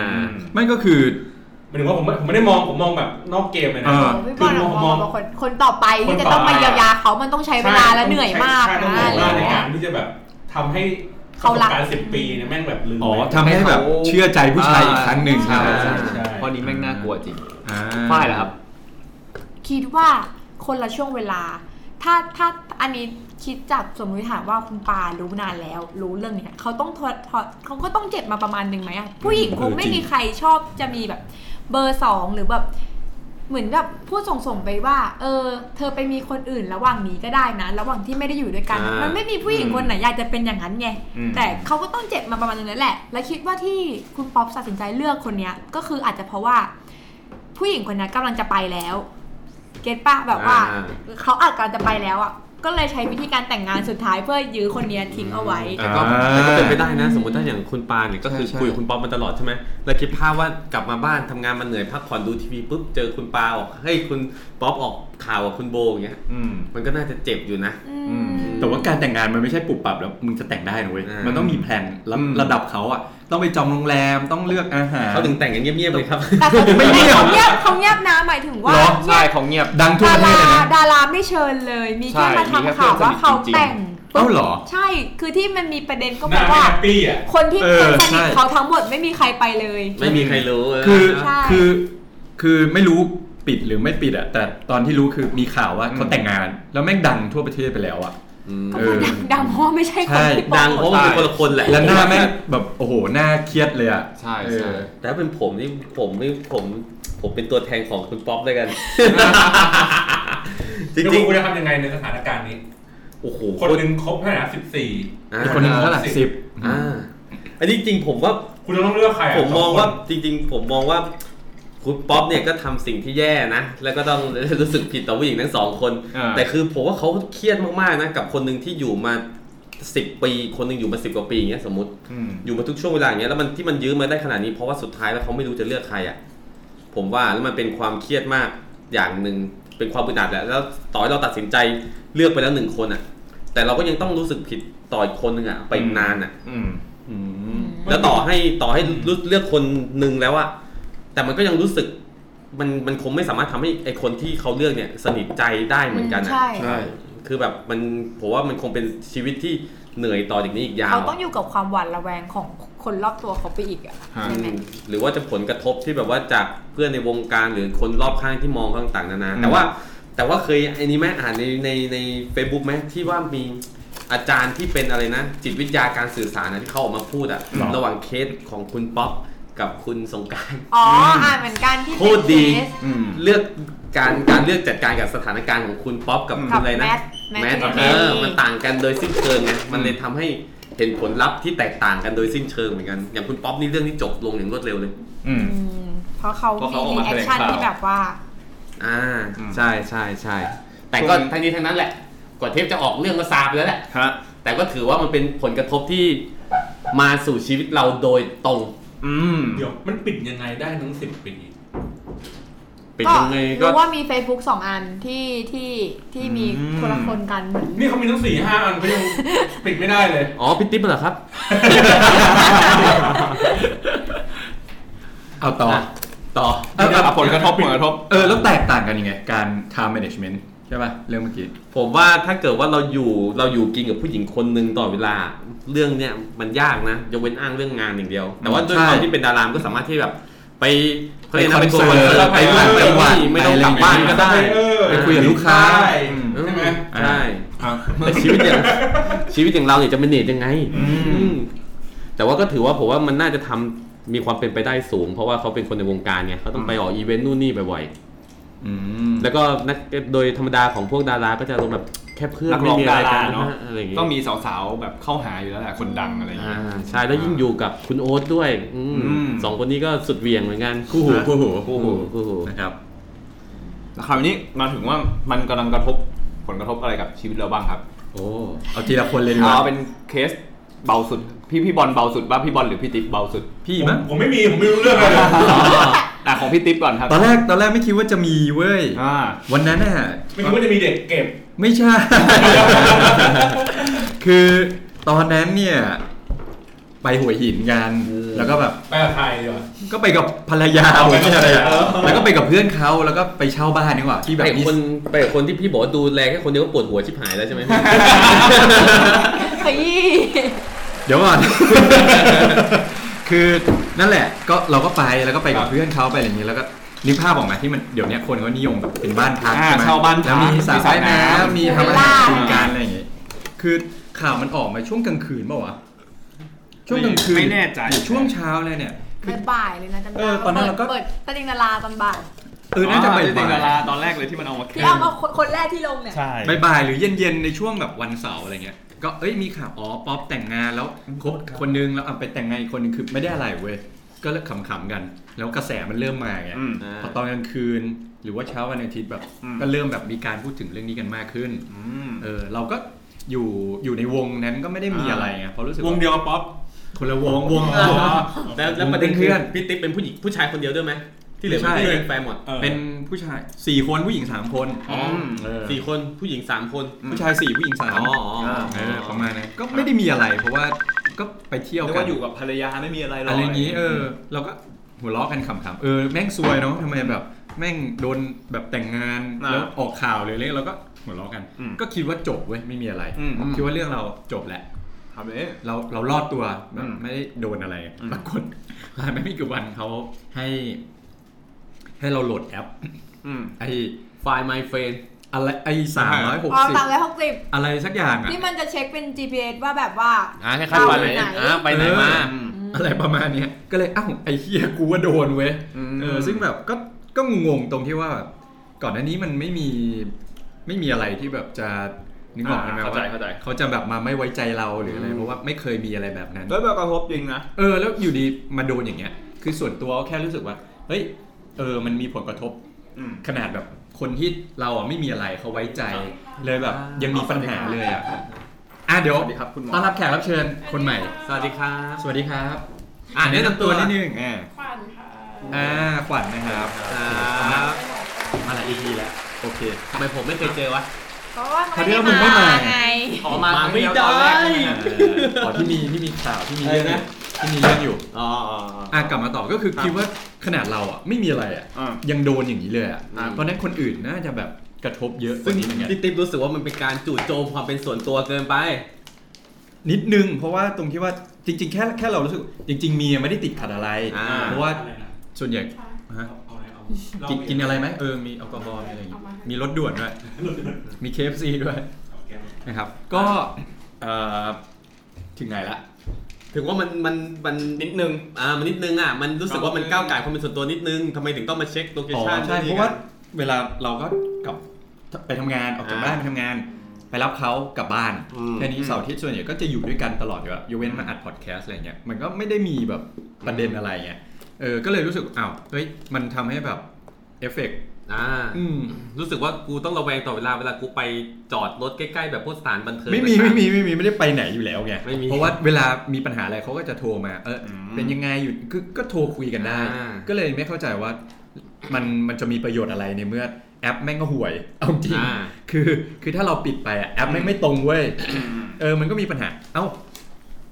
S3: ไม่ก็คือ
S4: หมายถึงว่าผมไม่ผมไม่ได้มองผมมองแบบนอกเกมเลยนะ
S3: เออ
S5: พี่บ
S4: คือ
S5: อล
S4: มอง
S5: ม
S4: ม
S5: อ
S4: อง ง
S5: ว่าคนคนต่อไปที่จะต้องมาเยียวยาเขามันต้องใช้เวลาและเหนื่อยมาก
S4: ใช่ต้อง
S5: นะ
S4: เหนื่อย
S5: อะไร
S4: มากใน
S5: เงี้
S4: กาย รที่จะแบบทำให้
S5: เขารัก
S4: ประสบการณ์สิบปีเนี่ยแม่งแบบลืม
S3: อ๋อ
S4: ไป
S3: ทำให้แบบเชื่อใจผู้ชายอีกครั้งหนึ่ง
S6: ใช่
S3: ใช่
S6: ใช่ข้อนี้แม่งน่ากลัวจริง
S3: อ่
S6: ฝ้ายเหรอครับ
S5: คิดว่า คนละช่วงเวลา ถ้าถ้าอันนี้คิดจากสมมติฐานว่าคุณปารู้นานแล้ว รู้เรื่องเนี้ยเขาต้องทดทดเขาก็ต้องเจ็บมาประมาณหนึ่งไหมอะผู้หญิงคงไม่มีใครชอบจะมีแบบ เบอร์สองหรือแบบ เหมือนแบบพูดส่งๆไปว่า เออ เธอไปมีคนอื่นระหว่างนี้ก็ได้นะ ระหว่างที่ไม่ได้อยู่ด้วยกัน
S2: อ่ามั
S5: มันไม่มีผู้หญิง
S6: อืม
S5: คนไหนอยากจะเป็นอย่างนั้นไง
S6: อืม
S5: แต่เขาก็ต้องเจ็บมาประมาณนั้นแหละ และคิดว่าที่คุณป๊อปตัดสินใจเลือกคนเนี้ย ก็คืออาจจะเพราะว่า ผู้หญิงคนนั้นกำลังจะไปแล้ว เก็ตปะแบบว่า
S2: อ่า
S5: เขาอาจกำลังจะไปแล้วอ่ะ ก็เลยใช้วิธีการแต่งงานสุดท้ายเพื่อยื้อคนเนี้ยทิ้งเอาไว้
S2: แต่ก็
S3: อ่า
S2: แต่ก็เป็นไปได้นะ สมมติถ้าอย่างคุณปานเนี่ยก็คือ
S3: ใช่
S2: คุยกับคุณปอมมาตลอดใช่ไหมแล้วคิดภาพว่ากลับมาบ้านทำงานมาเหนื่อยพักผ่อนดูทีวีปุ๊บเจอคุณปาออกเฮ้ยคุณป๊อปออกข่าวกับคุณโบอย่างเงี้ย
S6: อืม
S2: มันก็น่าจะเจ็บอยู่นะ
S5: อื
S6: อืม
S5: ม
S3: แต่ว่าการแต่งงานมันไม่ใช่ปุบปับแล้วมึงจะแต่งได้นะเว้ย
S2: อ่ามั
S3: มันต้องมีแผนระ
S6: อืม
S3: ระดับเขาอ่ะต้องไปจองโรงแรมต้องเลือกอาหาร
S2: เขาถึงแต่งกันเงียบๆเลยครับ
S5: แต่เขา
S3: ไม่
S5: ไม่
S3: เงียบ
S5: เขาเงียบเขาเงียบนะหมายถึงว่า
S6: เหรอใช่ของเงียบ
S3: ดังทั่ว
S5: ดา
S3: ประ
S5: รา
S3: เทศเลยนะ
S5: ดาราไม่เชิญเลยมี
S6: ใช่
S5: แค่มา
S6: มีแค่
S5: ทำข่าวว่า
S6: เพื่
S5: เขา
S6: อนสนิทจริงๆ
S5: แต่ง
S3: เอ้าเหรอ
S5: ใช่คือที่มันมีประเด็นก็
S4: ห
S5: เพ
S4: น้า
S5: ราะ
S4: ไม่
S5: ว่า
S4: แฮปปี้อ่ะ
S5: คนที่
S3: เอ
S5: เป็
S3: อน
S5: สนิท
S3: ใช่
S5: เขาทั้งหมดไม่มีใครไปเลย
S2: ไม่มีใครรู้เ
S3: คือ
S5: ใช่
S3: คือคือไม่รู้ปิดหรือไม่ปิดอ่ะแต่ตอนที่รู้คือมีข่าวว่าเขาแต่งงาน แล้วแม่งดังทั่วประเทศไปแล้วอ่ะ
S2: อืม
S5: ก็คือดังดังเพราะว่าไม่ใช่คนที่
S3: ใช่
S5: ปล่อย
S2: ดังเพราะมันเป็นคนละคนแหละ
S3: แล้วหน้าแม่งแบบโอ้โหหน้าเครียดเลยอ่ะ
S6: ใช่
S3: เอ
S6: ใช่
S3: อ
S2: แต่ถ้าเป็นผมนี่ผมนี่ผมผมเป็นตัวแทนของคุณป๊อปด้วยกัน จ
S4: แล้ว
S2: ริง
S4: คุณจะทำยังไงในสถานการณ์นี้
S2: ๆโอ้โห
S4: คนหนึ่งครบเท่าไหร่สิบสี่
S2: อ่า
S3: อีกคนหนึงเท่าไหร่สิบ
S2: อ่าอันนี้จริงผมว่า
S4: คุณจะต้องเลือกใครอะ
S2: ผมมอง
S4: สคน
S2: ว่าจริงๆ ผมมองว่าคุณป๊อปเนี่ยก็ทำสิ่งที่แย่นะ แล้วก็ต้อง รู้สึกผิดต่อผู้หญิงทั้งสองคน
S6: เออ
S2: แต่คือผมว่าเขาเครียดมากๆนะกับคนหนึ่งที่อยู่มาสิบปี คนหนึ่งอยู่มาสิบกว่าปีอย่างเงี้ยสมมติ
S6: อืม
S2: อยู่มาทุกช่วงเวลาอย่างเงี้ยแล้วมันที่มันยื้อมาได้ขนาดนี้เพราะว่าสุดท้ายแล้วเขาไม่รู้จะเลือกใครอ่ะผมว่าแล้วมันเป็นความเครียดมากอย่างหนึ่งเป็นความอึดอัดแหละแล้วต่อให้เราตัดสินใจเลือกไปแล้วหนึ่งคนอ่ะ แต่เราก็ยังต้องรู้สึกผิดต่ออีกคนหนึ่งอ่ะไปอีกนานอ่ะ
S6: อืม
S2: แล้วต่อให้ต่อให้รู้เลือกคนหนึ่งแล้วอะแต่มันก็ยังรู้สึกมันมันคงไม่สามารถทำให้ไอคนที่เขาเลือกเนี่ยสนิทใจได้เหมือนกันอะ
S5: ใช่
S3: ใช่
S2: คือแบบมันผมว่ามันคงเป็นชีวิตที่เหนื่อยต่อจากนี้อีกยาว
S5: เขาต้องอยู่กับความหวาดระแวงของคนรอบตัวเขาไปอีกอะ
S6: ฮะ
S5: ใช่ไหม
S2: หรือว่าจะผลกระทบที่แบบว่าจากเพื่อนในวงการหรือคนรอบข้างที่มองต่างๆนานาแต่ว่าแต่ว่าเคยไอ้นี้ไหมอ่านในในในเฟซบุ๊กไหมที่ว่ามีอาจารย์ที่เป็นอะไรนะ จิตวิทยาการสื่อสารนะที่เขาออกมาพูดอะ
S3: หรอ
S2: ระหว่างเคสของคุณป๊อปกับคุณสงกราร
S5: อ๋ออ่านเหมือนกันที่
S2: โคตรดี
S5: เป็นเคส
S6: อืม
S2: เลือกการการเลือกจัดการกับสถานการณ์ของคุณป๊อปกับ
S6: อืม
S2: คุณอะไรนะ
S5: กับแมทแมท
S2: เอ
S5: แม
S2: อ
S5: ท
S2: มันต่างกันโดยสิ้นเชิงไงมันเลยทำให้เห็นผลลัพธ์ที่แตกต่างกันโดยสิ้นเชิงเหมือนกัน อย่างคุณป๊อปนี่เรื่องที่จบลงอย่างรวดเร็วเลย
S6: อืม
S5: อืมเพราะเขา
S6: เพราะ
S5: มี
S6: เขาออก
S5: รี
S6: มา
S5: แอ
S6: แถล
S5: ค
S6: ง
S5: ชั่น
S6: ข่าว
S5: ที่แบบว่า
S2: อ่า
S6: อืม
S2: ใช่ใช่ใช่แต่ก็ทั้งนี้ทั้งนั้นแหละกว่าเทปจะออกเรื่องก็ซาไปแล้วแหละ
S6: ฮะ
S2: แต่ก็ถือว่ามันเป็นผลกระทบที่มาสู่ชีวิตเราโดยตรง
S6: อืม
S4: เดี๋ยวมันปิดยังไงได้ทั้งสิบปี
S2: เป็น
S5: ก็
S2: ยังไงก็
S5: รู้ว่ามี Facebook สองอันที่ที่ที่มี
S6: อืม
S5: คนละคนกันเหมือน
S4: นี่เขามีทั้งสี่ห้าอันก็ยัง ปิดไม่ได้เลย
S2: อ๋อพี่ติ๊บเหรอครับ
S3: เอาต่อ
S2: อ่ะ ต่อ
S3: เออ
S6: เอาผลกระทบผลกระทบ
S3: เออแล้วแตกต่างกันยังไง การ time management ใช่ป่ะ เรื่องเมื่อกี้
S2: ผมว่าถ้าเกิดว่าเราอยู่เราอยู่กินกับผู้หญิงคนหนึ่งต่อดเวลา เรื่องเนี้ยมันยากนะยกเว้นอ้างเรื่องงานอย่างเดียว แต่ว่าด้วย
S3: ใช่
S2: ความที่เป็นดารามนก็สามารถที่แบบ ไปเขาเรียกนะ
S3: ไป
S2: ไป
S3: คอนเสิร์ต
S2: ไปนู่นไป
S3: ไปจังหวัด
S2: นี่ไม่ต้องกลับบ้านก็ได้
S4: เออ
S3: ไปคุยกับลูกค้า
S2: เออ
S4: ใช่ไหม
S2: ใช่
S6: อ่ะ
S2: แต่ชีวิตอย่าง ชีวิตอย่างเราเนี่ยจะเป็นเนตยังไงอืมแต่ว่าก็ถือว่าผมว่ามันน่าจะทำมีความเป็นไปได้สูง เพราะว่าเขาเป็นคนในวงการไงเขาต้องไปออกอีเวนต์นู่นนี่บ่อยๆ
S3: อืม
S2: แล้วก็นักโดยธรรมดาของพวกดาราก็จะลงแบบแค่เพื่อน
S6: นักร้อง
S2: ไม่มีะไกั
S6: ดาราเนอะ
S2: อะไรอย่างงี้
S6: ต้องมีสาวๆ แบบเข้าหาอยู่แล้วแหละคนดังอะไรอย่าง
S2: อ่า
S6: เงี้ย
S2: ใช่แล้วยิ่งอยู่กับคุณโอ๊ตด้วยอืม
S6: อืม
S2: สองคนนี้ก็สุดเหวียงเหมือนกัน
S3: คู่หู คู่หู
S2: คู่หูคู่หู
S3: นะครับ
S6: แล้วคราวนี้มาถึงว่ามันกำลังกระทบผลกระทบอะไรกับชีวิตเราบ้างครับ
S2: โอ้
S3: เอาทีละคนเลยดีกว่า
S6: เอาเป็นเคสเบาสุด พี่พี่บอลเบาสุดป่ะพี่บอลหรือพี่ติ๊บเบาสุด
S3: พี่มั้ง
S4: ผมไม่มี ผมไม่รู้เรื่องอะไรเลย
S6: อ่ะของพี่ติ๊บก่อนครับ
S3: ตอนแรกตอนแรกไม่คิดว่าจะมีเว้ย
S6: อ่า
S3: วันนั้นน่ะ
S4: ไม่คิดว่าจะมีเด็กเก็บ
S3: ไม่ใช่ คือตอนนั้นเนี่ย ไปหัวหินกัน
S2: อืม
S3: แล้วก็แบบ
S4: ไปกับใครดีกว่า
S3: ก็ไปกับภรรยา
S4: เอา
S3: ผ
S4: ไป
S3: ม
S4: กับ
S3: เนี่ยอะไรอะ
S4: เออ
S3: แล้วก็ไปกับเพื่อนเขาแล้วก็ไปเช่าบ้านนี่หว่าที่
S2: ไป
S3: แบบ
S2: กับคนไปกับคนที่พี่บอกว่าดูแลแค่คนเดียวก็ปวดหัวชิบหายแล้วใช่ไหม
S5: ขยี้
S3: เดี๋ยวก่อน คือนั่นแหละ ก็เราก็ไปแล้วก็ไปกับเพื่อนเขาไปอะไรอย่างนี้แล้วก็ นึกภาพออกไหมาที่มันเดี๋ยวเนี้ยคนเขานิยมแบบเป็นบ้านพัก
S6: อ่า
S3: ใช่ไหม
S6: เช่าบ้านพัก
S3: แล้วมีสระ
S6: มีสระ
S3: ว่าย
S6: น้ำ
S5: มีวิลล่า
S3: น้ำมีทำอาหารกินกันอะไรอย่างเงี้ยคือข่าวมันออกมาช่วงกลางคืนเปล่าวะช่วงกลางคืน
S6: ไม่แน่ใจ
S3: หรือช่วงเช้าเลยเนี่ย
S5: บ่ายๆเลยนะจำได้
S3: เออตอนนั้นเราก็
S5: เปิดตะลิงดาราตอนบ่าย
S3: เออน่าจะบ่าย
S6: เด็กดารา
S3: บ่าย
S6: ตอนแรกเลยที่มันเอามาแข่
S5: ที่เอามาคนคนแรกที่ลงเนี่ย
S7: ใช่
S3: บ่ายบ่ายหรือเย็นๆในช่วงแบบวันเสาร์อะไรเงี้ยก็เอ้ยมีข่าวอ๋อป๊อปแต่งงานแล้วคบคนนึงแล้วเอาไปแต่งงานอีกคนนึงคือไม่ได้อะไรเว้ยก็เลิกขำๆกัน แล้วกระแสมันเริ่มมาไง
S6: อืม
S2: า
S3: พอตอนกลางคืนหรือว่าเช้าวันอาทิตย์แบบ
S6: อืม
S3: ก็เริ่มแบบมีการพูดถึงเรื่องนี้กันมากขึ้น
S6: อืม
S3: เออเราก็อยู่อยู่ในวงนั้นก็ไม่ได้มี
S6: อ่า
S3: อะไรไงเพราะรู้สึก
S4: วงเดียวกับป๊อป
S3: คนละวงวง
S2: แล้วแล้วประเด็นคือ
S3: เพื่อน
S2: พี่ติ๊กเป็นผู้หญิงผู้ชายคนเดียวด้วยไหมที่เหลือ
S3: ไม่
S2: เป็น
S3: ใช่
S2: ผู้หญิงแฟนหมด
S4: ออ
S3: เป็นผู้ชายสี่คนผู้หญิงสามคน
S2: อ๋อ
S3: เออ
S2: สี่คนผู้หญิงสามคน
S3: ผู้ชายสี่ผู้หญิงสาม
S2: อ๋ออ๋ออ๋อ
S3: เออประมาณนั้นก็ไม่ได้มีอะไร เพราะว่าก็ไปเที่ยว
S6: เรียก
S3: กัน
S6: ว่าอยู่กับภรรยาไม่มีอะไรหรอก
S3: อะไรอย่างนี้เออเราก็หัวเราะกันขำๆเออแม่งซวยเนาะทำไมแบบ แม่งโดนแบบแต่งงานแล้วออกข่าวเลยเลยเราก็หัวเราะกัน
S6: อืม
S3: ก็คิดว่าจบเว้ยไม่มีอะไร
S6: อืม
S3: คิดว่าเรื่องเราจบแหละ
S6: ทำเลย
S3: เราเรารอดตัวแบ
S6: อื
S3: บ
S6: ม
S3: ไม่ได้โดนอะไร
S6: อืม
S3: ปรากฏ ผ่านไปไม่กี่วันเขาให้ ให้เราโหลดแอป
S6: อืม
S3: ไอ
S2: ไฟล์ my friend
S3: อะไรไอสามร้อยหก
S5: อ๋อ
S3: สิบ
S5: สามร้อยหกสิบ
S3: อะไรสักอย่างอ่ะ
S5: ที่มันจะเช็คเป็น GPS ว่าแบบว่า
S7: อ่าคล้ายๆไป
S5: เราไปไหน
S7: ไหนอ่าไปไหนมา
S3: เอ อะไรประมาณเนี้ยก็เลยอ้าวไอเฮียกูว่าโดนเว้ย
S6: อืม
S3: เออซึ่งแบบก็ก็งงๆตรงที่ว่าแบบก่อนหน้านี้มันไม่มีไม่มีอะไรที่แบบจะนึกออกใช่ไหม
S6: เข้าใจ
S3: ว่า
S6: เข้าใจ
S3: เขาจะแบบมาไม่ไว้ใจเราหรืออะไรเพราะว่าไม่เคยมีอะไรแบบนั้น
S6: แล้วแบบกระทบจริงนะ
S3: เออแล้วอยู่ดีมาโดนอย่างเงี้ย คือส่วนตัวก็แค่รู้สึกว่า เฮ้ยเออมันมีผลกระทบ
S6: อืม
S3: ขนาดแบบคนที่เราอ่ะไม่มีอะไรเขาไว้ใจ เลยแบบ ยังมีปัญหาเลยอ่ะอ่ะเดี๋ยว
S6: สวัสดีครับคุณหมอ
S3: ต้อนรับแขกรับเชิญคนใหม่
S2: สวัสดีครับ
S3: สวัสดีครับ
S2: อ่ะแนะนำตัว
S3: นิดนึงอ่า
S8: ขวัญค่ะ
S3: อ่าขวัญนะครับ
S2: ครับ
S3: มาหลาย EP แล้วโอเค
S2: ทำไมผมไม่เคยเจอวะ
S5: เพราะว่า
S3: เขาเรียกว่ามึงไม่มา
S5: ไง
S6: ขอมา
S2: มาไม่ได้
S3: อ่าอ๋อที่มีที่มีข่าวที่มีเรื่องอยู่ที่มีเรื่องอยู่
S2: อ๋ออ๋ออ๋อ
S3: อ่ะกลับมาต่อก็คือคิดว่าขนาดเราอ่ะไม่มีอะไรอ่ะ
S6: อ่า
S3: ยังโดนอย่างนี้เลยอ่ะ
S6: อ่า
S3: เพราะฉะนั้นคนอื่นน่าจะแบบกระทบเยอะก
S2: ซึ่
S3: ว่าง นี้เหมือนกัน
S2: พี่ติ๊กรู้สึกว่ามันเป็นการจู่โจมความเป็นส่วนตัวเกินไป
S3: นิดนึง เพราะว่าตรงที่ว่าจริง ๆ แค่แค่เรารู้สึก จริง ๆ มีไม่ได้ติดขัดอะไร
S2: อ่า
S3: เพราะว่าส่วนใหญ่
S8: ค่ะ
S3: ฮะ
S4: เอาอะไรเอา
S3: กิน
S4: เล่า
S3: กินอะไรไหมเออ มีแอลกอฮอล์มีอะไรอย่างงี้
S8: เอามาให้
S3: มีรถด่วนด้วย มี KFC ด้วย
S4: เอาแก้ว
S3: นะครับ ก็เอ่อถึงไหนละ
S2: ถึงว่ามันมันมัน
S6: นิดนึง
S2: อ่ามันนิดนึงอ่ะมันรู้สึกว่ามันก้าวไก่ายความเป็นส่วนตัวนิดนึงทำไมถึงต้องมาเช็คโลเค
S3: อ๋อ
S2: ชั่น
S3: ใช่เพราะว่าเวลาเราก็กลับไปทำงานออกจากบ้านไปทำงาน ไปรับเขากลับบ้านแค่นี้เสาร์อาทิตย์ส่วนใหญ่ก็จะอยู่ด้วยกันตลอดอยู่แล้วยกเว้นมาอัดพอดแคสต์อะไรเงี้ยมันก็ไม่ได้มีแบบประเด็นอะไรเงี้ยเออก็เลยรู้สึกอ้าวเฮ้ยมันทำให้แบบเอฟเฟกต์
S2: อ่า
S3: อืม
S2: รู้สึกว่ากูต้องระแวงต่อเวลาเวลากูไปจอดรถใกล้ๆแบบพวกสถานบันเทิง
S3: ไม่มี
S2: ต่างๆ
S3: ไม่มีไม่มีไม่ได้ไปไหนอยู่แล้วไง
S2: ไม่มี
S3: เพราะว่าเวลามีปัญหาอะไรเขาก็จะโทรมาเอออ
S6: ม
S3: เป็นยังไงอยู่คือก็โทรคุยกันได้
S2: อ่า
S3: ก็เลยไม่เข้าใจว่ามันมันจะมีประโยชน์อะไรในเมื่อแอปแม่งก็ห่วยเอาจริง
S2: อ่า
S3: คือคือถ้าเราปิดไปอะแอปไม่งไม่ตรงเว้ยเออมันก็มีปัญหา เอ้า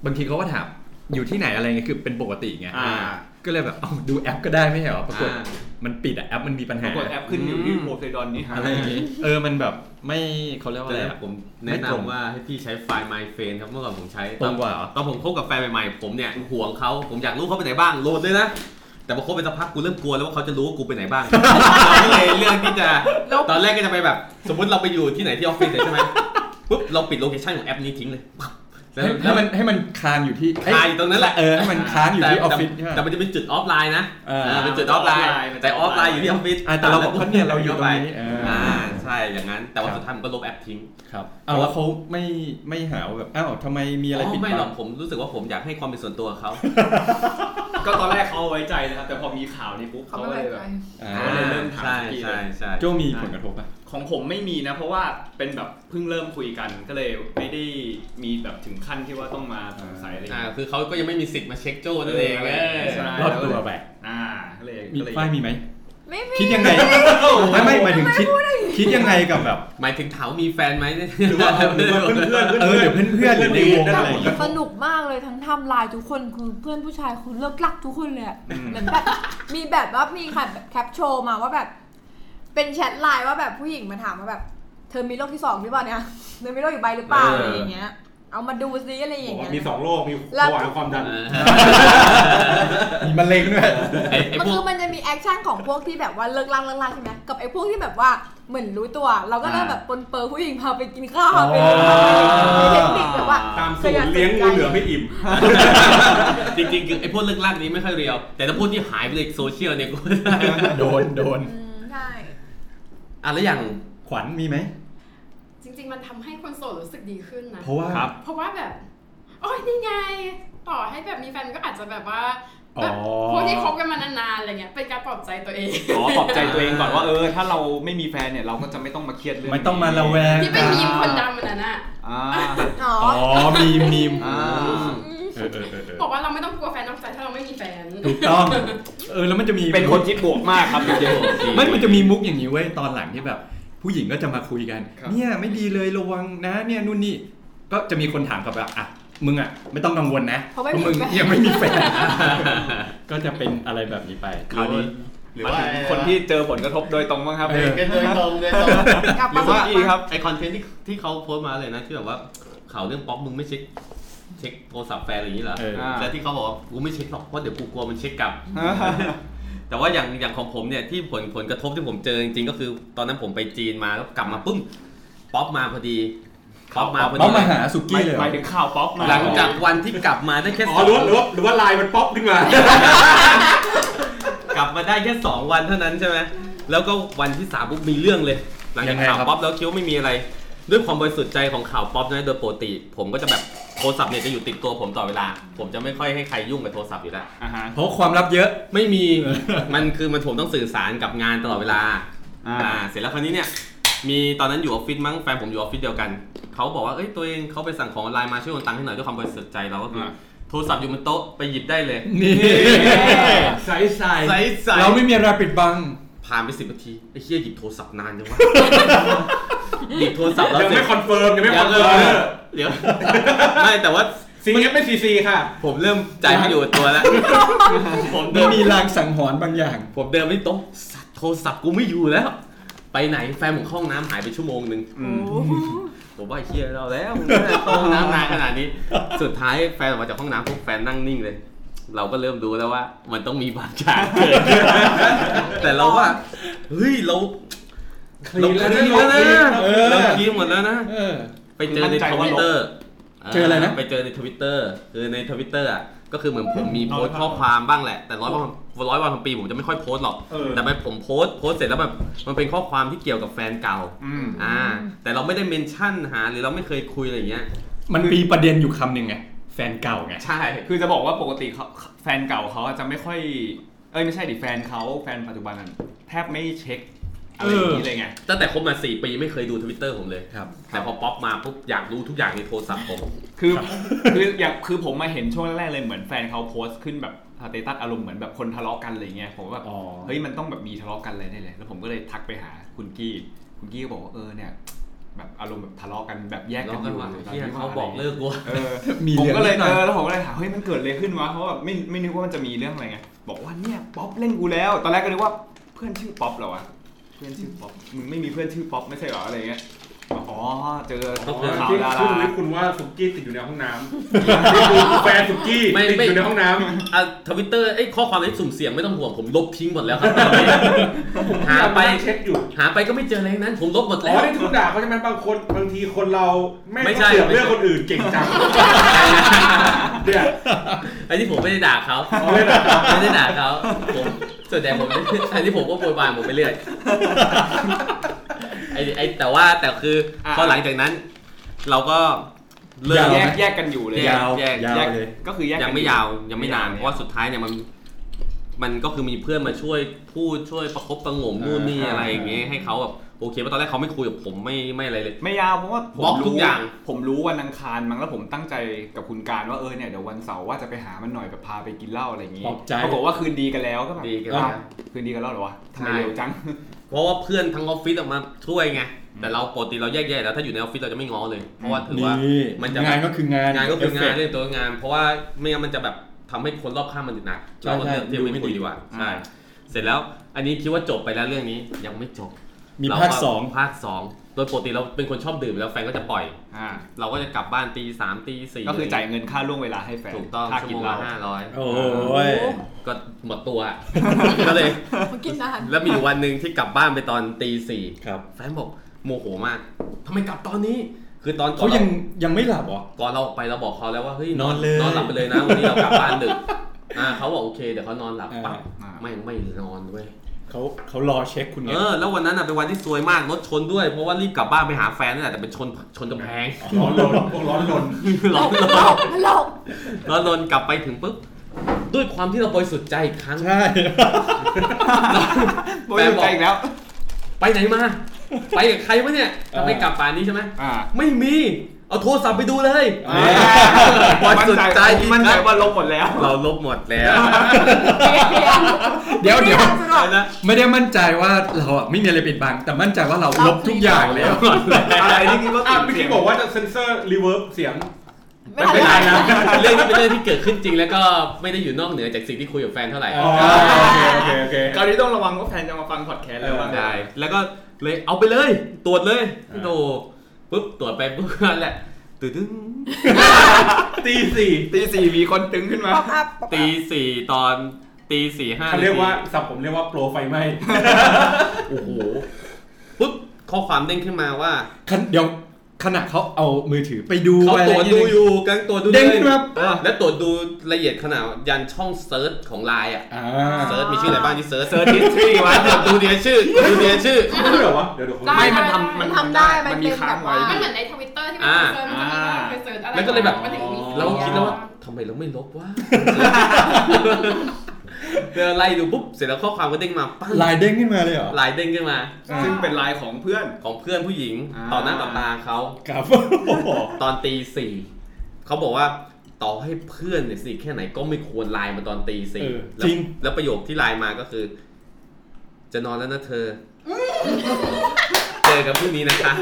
S3: บางทีเขาก็ถามอยู่ที่ไหนอะไรเงี้ยคือเป็นปกติไง
S6: อ่า
S3: ก็เลยแบบเอ้าดูแอปก็ได้ไม่ใช่เหรอปรากฏ
S2: อ่า
S3: มันปิดอะแอปมันมีปัญ
S6: ป
S3: หา
S6: รากฏแอปขึ้นอยู่ที่โพไซดอนนี่
S3: อะไรอย่างงี้เออมันแบบไม่เขาเรียกว่าอะไร
S2: แต่
S3: อะ
S2: ผม
S3: ไม่
S2: แนะ
S3: ตรง
S2: นำว่าให้พี่ใช้ไฟล์ My f r i e n d ครับเมื่อก่อนผมใช้
S3: ตรงกว่าเหรอ
S2: ตอนผมคบกับแฟนใหม่ๆผมเนี่ยห่วงเขาผมอยากรู้เขาไปไหนบ้างโหลดเลยนะ แต่พอคบไปสักพักกูเริ่มกลัวแล้วว่าเขาจะรู้ว่ากูไปไหนบ้าง เราก็เลยเรื่องที่จะ
S5: ลบ
S2: ตอนแรกก็จะไปแบบ สมมติเราไปอยู่ที่ไหนที่ออฟฟิศเนี่ยใช่ไหมปุ๊บเราปิดโลเคชั่นของแอปนี้ทิ้งเลยปั๊บแล้
S3: ให้
S2: วแล้ว
S3: ให้มั
S2: มัน น
S3: ให้มันค้างอยู่ที่เอ้ย
S2: คาอยู่ตรงนั้นแหละ
S3: เออให้มันค้างอยู่ที่ออฟฟิศ
S2: แต่
S3: ใช่
S2: แต่
S3: ปะ
S2: มันจะเป็นจุดออฟไลน์นะ
S3: เออ
S2: เออเป็นจุดออฟไลน์
S6: มันจะ
S2: แต่ออฟไลน์อยู่ที่ออฟฟิศ
S3: อ่ะแต่เราบอกว่าเนี่ยเราอยู่ตรงนี้เอออ่
S2: อ่าใช่อย่างนั้น แต่ว่าสุดท้ายผมก็ลบแอปทิ้ง
S3: ครับเอาแล้วเขาไม่ไม่หาว่าแบบอ้าวทำไมมีอะไรปิด
S2: ไม่หร
S3: บั
S2: อก
S3: ง
S2: ผมรู้สึกว่าผมอยากให้ความเป็นส่วนตัวเขา
S6: ก็ตอนแรกเขาเอาไว้ใจนะครับ แต่พอมีข่าวนี่ปุ๊บ
S5: เขา
S6: เขา
S5: ไม่
S6: ก็เล
S5: ไว้
S6: ยแบบ
S5: ใจ
S3: อ่า
S6: เขาเลยเริ่มถาม
S2: ใช่
S6: ทุกทีเลย
S2: ใช่ใช่
S3: โจมีผลกระทบปะ
S6: ของผมไม่มีนะ เพราะว่าเป็นแบบเพิ่งเริ่มคุยกันก็เลยไม่ได้มีแบบถึงขั้นที่ว่าต้องมาสงสัยอะไรอย่าง
S2: อ่า
S6: เงี้ย
S2: คือเขาก็ยังไม่มีสิทธิ์มาเช็คโจ้นั่นเองเลย
S6: ใช่
S3: รอดตัวไป
S6: อ่าก็เลย
S3: มี
S6: ก็เลย
S3: ฝ้ายมีไหม
S5: ไม่มี
S3: คิดยังไง ไม่ไม่หมายถึงคิดคิดยังไงกับแบบ
S2: หมายถึงถามว่ามีแฟนไหม
S3: หรือว่าเพื่อนเพื่อนเออเดี๋ยวเพื่อนเพื่อนหรือในวงอะไรอย่างเงี้ย
S5: สนุกมากเลยทั้งไทำลายทุกคนคือเพื่อนผู้ชายคือเลิกลักทุกคนเลยอะเหมือนแบบมีแบบว่ามีค่ะแคปโชว์มาว่าแบบ เป็นแชทไล น์ว่าแบบผู้หญิงมาถามว่าแบบ เธอมีโรคที่สองหรือเปล่าเนี่ยเธอมีโรคอยู่ใบหรือเปล่าอะไรอย่างเงี้ย เอามาดูซิอะไรอย่าง
S4: บอก
S5: เงี้
S4: ว่าย มีสองโรคมี
S5: แล้ว
S4: เบาหวานความดัน
S3: มีมะเร็งด้วย
S6: ไอ้ไอ้
S5: มัน
S6: พว
S5: คื
S6: ก
S5: อมันจะมีแอคชั่นของพวกที่แบบว่าเลิกล่างเลิกล่างใช่ไหมกับไอ้พวกที่แบบว่าเหมือนรู้ตัว เราก็เริ่ม
S6: อ่า
S5: แบบปนเปอร์ผู้หญิงพาไปกินข้าวไป
S3: อ๋อ
S5: มีเทคนิคแบบว่า
S4: ตามสูตรเลี้ยงงูเหลือไม่อิ่ม
S2: จริงๆคือไอ้พวกเรื่องลากนี้ไม่ค่อยเรียว แต่ถ้าพูดที่หายไปในโซเชียลเนี่ยกู
S3: โดนโดน
S5: อืมใช่
S2: อ่ะแล้วอย่าง
S3: ขวัญมีไหม
S7: จริง ๆ มันทำให้คนโสดรู้สึกดีขึ้นนะ
S3: เพราะว่า
S6: ครับ
S7: เพราะว่าแบบ โอ้ยนี่ไง ต่อให้แบบมีแฟนก็อาจจะแบบว่าแบบ
S3: อ๋อ
S7: พวกที่คบกันมานานๆอะไรเงี้ยเป็นการปลอบใจตัวเอง
S6: ขอปลอบใจตัวเองก่อนว่าเออถ้าเราไม่มีแฟนเนี่ยเราก็จะไม่ต้องมาเครียดเรื่อง
S3: ไม่ต้องมาระแวง
S7: ที่เป็นมีมคนดำอันนั้นอะ
S6: อ่า
S5: อ๋อ
S3: อ๋อมีมมีม
S6: อ่า
S3: เออเออเออเออ
S7: บอกว่าเราไม่ต้องกลัวแฟนนอกใจถ้าเราไม่มีแฟน
S3: ถูกต้อง เออแล้วมันจะมี
S6: เป็นคนคิดบวกมากครับจริงๆ
S3: ไม่มันจะมีมุกอย่างนี้เว้ยตอนหลังที่แบบ ผู้หญิงก็จะมาคุยกัน
S6: ครับ
S3: เนี่ยไม่ดีเลยระวังนะเนี่ยนู่นนี่ ก็จะมีคนถามกลับแบบอ่ะมึงอ่ะไม่ต้องกังวลนะ
S5: เพราะไม่มี
S3: มึง
S5: แฟน
S3: ยังไม่มีแฟน ก็จะเป็นอะไรแบบนี้ไปคราวนี้
S8: หรือ
S6: มา
S8: ว่า
S6: ถึงคนที่เจอผลกระทบโดยตรงบ้างครับ
S3: เออ
S8: เกันโดยตรงเลยตรง
S5: กลับ
S2: หรื
S5: มา
S2: อว่า
S5: สมัครมา
S2: ครับไอคอนเทนต์ที่ที่เขาโพสต์มาเลยนะที่แบบว่าข่าวเรื่องป๊อปมึงไม่เช็คเช็คโทรศัพท์แฟนอะไรอย่างนี้เหรอ
S3: เออ
S2: แล้วที่เขาบอกว่ากูไม่เช็คหรอกเพราะเดี๋ยวกูกลัวมันเช็คกลับ แต่ว่าอย่างอย่างของผมเนี่ยที่ผลผลกระทบที่ผมเจอจริงๆก็คือ ตอนนั้นผมไปจีนมาแล้วกลับมาปุ้มป๊อปมาพอดีป๊อปมาพอดี
S3: ต้องมาหาสุกี้เลย
S6: ห
S3: เหรอ
S6: มายถึงข่าวป๊อปมา
S2: หลังจากวันที่กลับมาได้แค่
S4: อ๋
S2: ส
S4: อ
S2: อง
S4: หรือว่าหรือว่าหรือว่าลายมันป๊อปขึ้นมา
S2: กลับมาได้แค่สองวันเท่านั้นใช่ไหมแล้วก็วันที่สามปุ๊บมีเรื่องเลย หลังจากข่าวป๊อปแล้วคิดว่าไม่มีอะไร ด้วยความบริสุทธิ์ใจของข่าวป๊อปนะโดยปกติ ผมก็จะแบบโทรศัพท์เนี่ยจะอยู่ติดตัวผมต่อดเวลา ผมจะไม่ค่อยให้ใครยุ่งกับโทรศัพท์อยู่แล้ว
S6: อ่าฮะ
S3: เพราะความลับเยอะ
S2: ไม่มี มันคือมันผมต้องสื่อสารกับงานตลอดเวลา
S6: อ่า
S2: อ่า เสร็จแล้วคราวนี้เนี่ย มีตอนนั้นอยู่ออฟฟิศมั้ง แฟนผมอยู่ออฟฟิศเดียวกัน เขาบอกว่า เอ้ย ตัวเองเขาไปสั่งของออนไลน์มาช่วยโอนตังค์ให้หน่อยด้วยความบริสุทธิ์ใจเราก็คืออโทรศัพท์อยู่บนโต๊ะไปหยิบได้เลย
S3: นี่
S4: ใสใส
S2: ใส่ใส่
S3: เราไม่มีอะไรปิดบัง
S2: ผ่านไปสิบนาที ไอ้เหี้ยหยิบโทรศัพท์นานจังวะ หยิบโทรศัพท์แล้ว
S4: ยัง
S2: เสร็จ
S4: ไม่คอนเฟิร์มยังไม่คอน
S2: เดี๋
S4: เฟิ
S2: ยว
S4: ร์ม
S2: เดี๋ยว ไม่แต่ว่า
S4: ซีเอฟไม่ซีซีค่ะ
S2: ผมเริ่มใจไม่อยู่กับ ตัวแล้ว ผม
S3: ไม่
S2: เริ่ม
S3: มีรางสังหรณ์บางอย่าง
S2: ผมเดินไปที่โต๊ะสัตว์โทรศัพท์กูไม่อยู่แล้ว ไปไหนแฟนผมเข้าห้องน้ำหายไปชั่วโมงหนึ่ง
S5: โอ้โห
S2: ผมว่าไอ้เฮียเราแล้วมึงไม่ได้เข้าห้องน้ำนานขนาดนี้ สุดท้ายแฟนออกมาจากห้องน้ำพวกแฟนนั่งนิ่งเลย เราก็เริ่มดูแล้วว่า มันต้องมีบางอย่างเกิดขึ้น แต่เราว่าเฮ้ยเราเราคลีนแล้วนะ
S3: เออ
S2: เราคลีนหมดแล้วนะ
S3: เออ
S2: ไปเจอในทวิตเตอร์
S3: เจออะไรนะ
S2: ไปเจอในทวิตเตอร์คือในทวิตเตอร์อ่ะก็คือเหมือนผมมีโพสต์ข้อความบ้างแหละ แต่ร้อยวันร้อยวันของปีผมจะไม่ค่อยโพสต์หรอก
S4: เออ
S2: แต่ไปผมโพสต์โพสต์เสร็จแล้วแบบมันเป็นข้อความที่เกี่ยวกับแฟนเก่า
S6: อืม
S2: อ่าแต่เราไม่ได้เมนชั่นหาหรือเราไม่เคยคุยอะไรอย่างเงี้ย
S3: มันมีประเด็นอยู่คำหนึ่งไงแฟนเก่าไง
S2: ใช่
S6: คือจะบอกว่าปกติเขาแฟนเก่าเขาอาจจะไม่ค่อย เอ้ยไม่ใช่ดิแฟนเขาแฟนปัจจุบันนั้นแทบไม่เช็คอะไรอย่างนี้เลยไง
S2: ตั้งแต่คบมา 4 ปีไม่เคยดูทวิตเตอร์ผมเลย
S3: ครับ
S2: แต่พอป๊อปมาปุ๊บอยากรู้ทุกอย่างในโทรศัพท์ผม
S6: คือคืออย่างคือผมมาเห็นช่วงแรกๆเลยเหมือนแฟนเขาโพสต์ขึ้นแบบสเตตัสอารมณ์เหมือนแบบคนทะเลาะกันอะไรเงี้ยผมว่าแบบ
S3: อ๋อ
S6: เฮ้ยมันต้องแบบมีทะเลาะกันอะไรได้เลยแล้วผมก็เลยทักไปหาคุณกี้ คุณกี้ก็บอกว่าเออเนี่ย แบบอารมณ์แบบทะเลาะกันแบบแยกกันอ
S2: ทะ
S6: ยู่
S2: เลาะกันว่ะ
S6: ตน
S2: เหี้ย
S6: นี้
S2: เขาบอกเลิกกู
S6: เออ
S3: มี
S6: ผม
S3: เรื่อง
S6: ก็เลย
S3: นิดหน่อย
S6: เออแล้วผมก็เลยถามเฮ้ยมันเกิดอะไรขึ้นวะเพราะว่าไม่ไม่นึกว่ามันจะมีเรื่องอะไรไงบอกว่าเนี่ยป๊อปเล่นกูแล้ว ตอนแรกก็นึกว่าเพื่อนชื่อป๊อปเหรอวะเพื่อนชื่อป๊อปมึงไม่มีเพื่อนชื่อป๊อปไม่ใช่เหรออะไรเงี้ยบอกอ๋อเจอ
S2: ต้องเจอ
S6: ข่าว
S4: ที่
S6: ดา
S4: คุณ
S6: รา
S4: รู้คุณว่าสุกี้ติดอยู่ในห้องน้ำแฟนสุกี้
S2: ไม่
S4: ติด
S2: ไม่
S4: อยู่ในห้องน้
S2: อ่ะทวิตเตอร์ไอ้ยข้อความที่สุ่มเสี่ยงไม่ต้องห่วงผมลบทิ้งหมดแล้วครับตอนนี้
S4: ำ
S2: หาไป
S4: เช็คอยู่
S2: หาไปก็ไม่เจออะไรทั้งนั้น ผมลบหมด
S4: อ๋
S2: แล้
S4: อ
S2: ว
S4: นี่ทุกด่าเขาใช่ไหมบางคนบางทีคนเราแม่ง
S2: ไม่
S4: ก็
S2: ใช่
S4: เสือกเรื่องคนอื่นเก่งจังเนี่ย
S2: ไอ้ที่ผมไม่ได้ด่าเขา
S4: อ๋อไม่ได้ด่า
S2: ไม่ได้ด่าเขาผมส่วนใหญ่ผมไอ้ที่ผมก็โวยวายผมไปเรื่อยไอ้ไอ้แต่ว่าแต่คือ
S6: อ่ะ
S2: พอหลังจากนั้น เราก็เลิก
S3: ยาว
S6: แย
S3: ไหม
S6: กแยกกันอยู่เลย
S2: แยก
S3: ยาว
S2: แยก
S3: ยาว
S6: แยก
S3: เลย
S6: ก็คือแยก
S2: ยัง
S6: กัน
S2: ไม่
S6: อ
S2: ยาวยังไม่นาน
S6: ไม่ยาว
S2: เพราะว่าสุดท้ายเนี่ยมัน มันก็คือมีเพื่อนมาช่วยพูดช่วยประคบประหงมนู่นนี่
S6: อ่า
S2: อะไรอย่างเงี้ยให้เขาแบบโอเคเพราะตอนแรกเขาไม่คุยกับผมไม่ไม่อะไรเลย
S6: ไม่ยาวเพราะว่าผม
S2: บล็อกทุก
S6: รู้
S2: อย่าง
S6: ผมรู้วันอังคารมั้งแล้วผมตั้งใจกับคุณการว่าเออเนี่ยเดี๋ยววันเสาร์ว่าจะไปหามันหน่อยแบบพาไปกินเหล้าอะไรอย่างงี้
S3: ปลอบใจ
S6: ปรากฏว่าคืนดีกันแล้วก็แบบ
S2: ดีกัน
S6: อ้าว
S2: นะ
S6: คืนดีกันแล้วเหรอวะทำไม
S2: ใช่
S6: เร็วจัง
S2: เพราะว่าเพื่อนทั้งออฟฟิศออกมาช่วยไงแต่เราปกติเราแยกแยะแล้วถ้าอยู่ในออฟฟิศเราจะไม่ง้อเลยเพราะว่าถือว่า
S3: นี่
S2: มันจะ
S3: งานก็คืองาน
S2: งานก็คืองาน
S3: effect
S2: เรื่องตัวงาน เพราะว่าไม่งั้นมันจะแบบทำให้คนรอบข้างมันอึดอัด
S3: ใช่
S2: เราก็เลือก
S3: ใช่
S2: ที่จะไม่คุย
S3: ดูไม่ดี
S2: ดีกว่า
S6: อ่า
S2: ใช่เสร็จแล้วอันนี้คิดว่าจบไปแล้วเรื่องนี้ยังไม่จบ
S3: มี
S2: เร
S3: ภาค
S2: ก็
S3: สอง
S2: ภาคสอง โดยปกติเราเป็นคนชอบดื่มแล้วแฟนก็จะปล่อย
S6: อ่า
S2: เราก็จะกลับบ้านตีสามตีสี่
S6: ก็คือจ่ายเงินค่าล่วงเวลาให้แฟน
S2: ถูกต้อง
S6: ค่า
S2: ชั่ว
S6: กิ
S2: โม
S6: น
S2: งละ
S6: เหล้า
S2: ห้าร้อย
S4: โอ้ย
S2: ก็หมดตัว ก็เลย
S5: มากินอาหาร
S2: แล้วมีอยู่วันหนึ่งที่กลับบ้านไปตอนตีสี่
S4: ครับ
S2: แฟนบอกโมโหมากทำไมกลับตอนนี้ คือตอนก่อ
S3: เขา
S2: น
S3: ยัง
S2: ร
S3: ยังไม่หลับเหรอ
S2: ก่อนเราออกไปเราบอกเขาแล้วว่าเฮ้ย
S3: นอนเลย
S2: นอนหลับไปเลยนะวันนี้เรากลับบ้านดึ กอ่าเขาบอกโอเคเดี๋ยวเขานอนหลับ
S3: อ่า
S2: ปั๊บไม่ไม่นอนเว้ย
S3: เขาเขารอเช็คคุณไง
S2: เออแล้ววันนั้นอ่ะเป็นวันที่ซวยมากรถชนด้วย เพราะว่ารีบกลับบ้านไปหาแฟนนั่นแหละแต่เป็นชนชนกำแพง
S4: ร้อนลนพวกร้อนลน
S5: หล
S2: ร้อน
S5: บ
S2: ร้อน
S5: หลบหลบ
S2: ร้อนรนกลับไปถึงปุ๊บด้วยความที่เราบริสุทธิ์ใจอีกครั้ง
S3: ใช่
S6: โอ้ยใจอีกแล้ว
S2: ไปไหนมา ไปกับใครวะเนี่ยจะไปกลับป่านนี้ใช่ไหม
S6: อ่า
S2: ไม่มีเอาโทรศัพท์ไปดูเลย
S6: แหม
S2: บริสุทธิ์ใจอีก
S6: มั
S2: ค
S6: นใจ
S2: รั้ง
S6: ว่าลบหมดแล้ว
S2: เราลบหมดแล้ว
S3: เดี๋ยวเดี๋ยว
S2: นะ
S3: ไม่ได้มั่นใจว่าเราอ่ะไม่มีอะไรปิดบัง แต่มั่นใจว่าเราลบทุกอย่างแล้ว
S6: อะไรที่คิดว่า
S4: อ่ะเมื่อกี้บอกว่าจะเซ็นเซอร์รีเวิร์บเสียง
S5: ไม่ทันไรนะ
S2: เรื่องนี้เป็นเรื่องที่เกิดขึ้นจริงแล้วก็ไม่ได้อยู่นอกเหนือจากสิ่งที่คุยกับแฟนเท่าไหร่
S4: อ๋อโอเคโอเคโอเค
S6: คราวนี้ต้องระวังว่าแฟนจะมาฟังพอดแคสต์แล้วบ้าง
S2: ได้แล้วก็เลยเอาไปเลยตรวจเลยพี่โตปุ๊บตรวจไปปุ๊บนั่นแหละตื่นดึง
S4: ตีสี่
S6: ตีสี่มีคนตึงขึ้นมา
S5: ป๊อปอัพ
S2: ตีสี่ตอนตีสี่ห้า
S4: เขาเรียกว่าสับผมเรียกว่าโปรไฟไหม
S2: โอ้โหปุ๊บข้อความเด้งขึ้นมาว่า
S3: คันเดี๋ยวขณะเขาเอามือถือไปดู
S2: เขา
S3: อะไร
S2: ตรวจ
S3: อย่าง
S2: ดู
S3: เงี้ย
S2: อยู่กำลังตรวจดู
S3: เด้งขึ้นมา
S2: เออแล้วตรวจดูละเอียดขนาดยันช่องเซิร์ชของไลน์อ่ะ
S3: อ่า
S2: เซิร์ชมีชื่ออะไรบ้างที่เซิร์ช
S6: เซิร์ชฮิสทรีไว้
S2: ตรวจดูเดียวชื่อดูเดียวชื่อ
S4: ไม่รู้เหรอวะ เดี๋ยวเดี๋ยวผม
S6: ไม่มัน
S7: ได้
S6: ทำ
S5: มันทำได้ มัน
S6: มันมี
S5: เป็น
S6: ค้า
S5: แบ
S6: ง
S5: บ
S6: ไว้
S5: ว่า
S7: มันเหมือนในทวิตเตอร์ที่มันไปเซิร์ชมันจะมีว่าไปเซิร์ชอะไร
S2: แล้วก็เลยแบบ
S7: มันถึงมี
S2: เราคิดแล้วว่าทำไมเราไม่ลบวะ เดินไล่ดูปุ๊บเสร็จแล้วข้อความก็เด้งมาปั้ง
S3: ลายเด้งขึ้นมาเลยเหรอ
S2: ไลน์เด้งขึ้นมา
S6: ซึ่งเป็นไลน์ของเพื่อน
S2: ของเพื่อนผู้หญิง
S6: อ่า
S2: ต่อหน้าต่อตาเขา
S3: ครับ
S2: ตอนตีสี่เขาบอกว่าต่อให้เพื่อนเนี่ยสนิทแค่ไหนก็ไม่ควรไลน์มาตอนตีสี่
S3: เออ
S2: แล้ว
S3: จริง
S2: แล้วประโยคที่ไลน์มาก็คือ จะนอนแล้วนะเธออเจอกันพรุ่งนี้นะคะ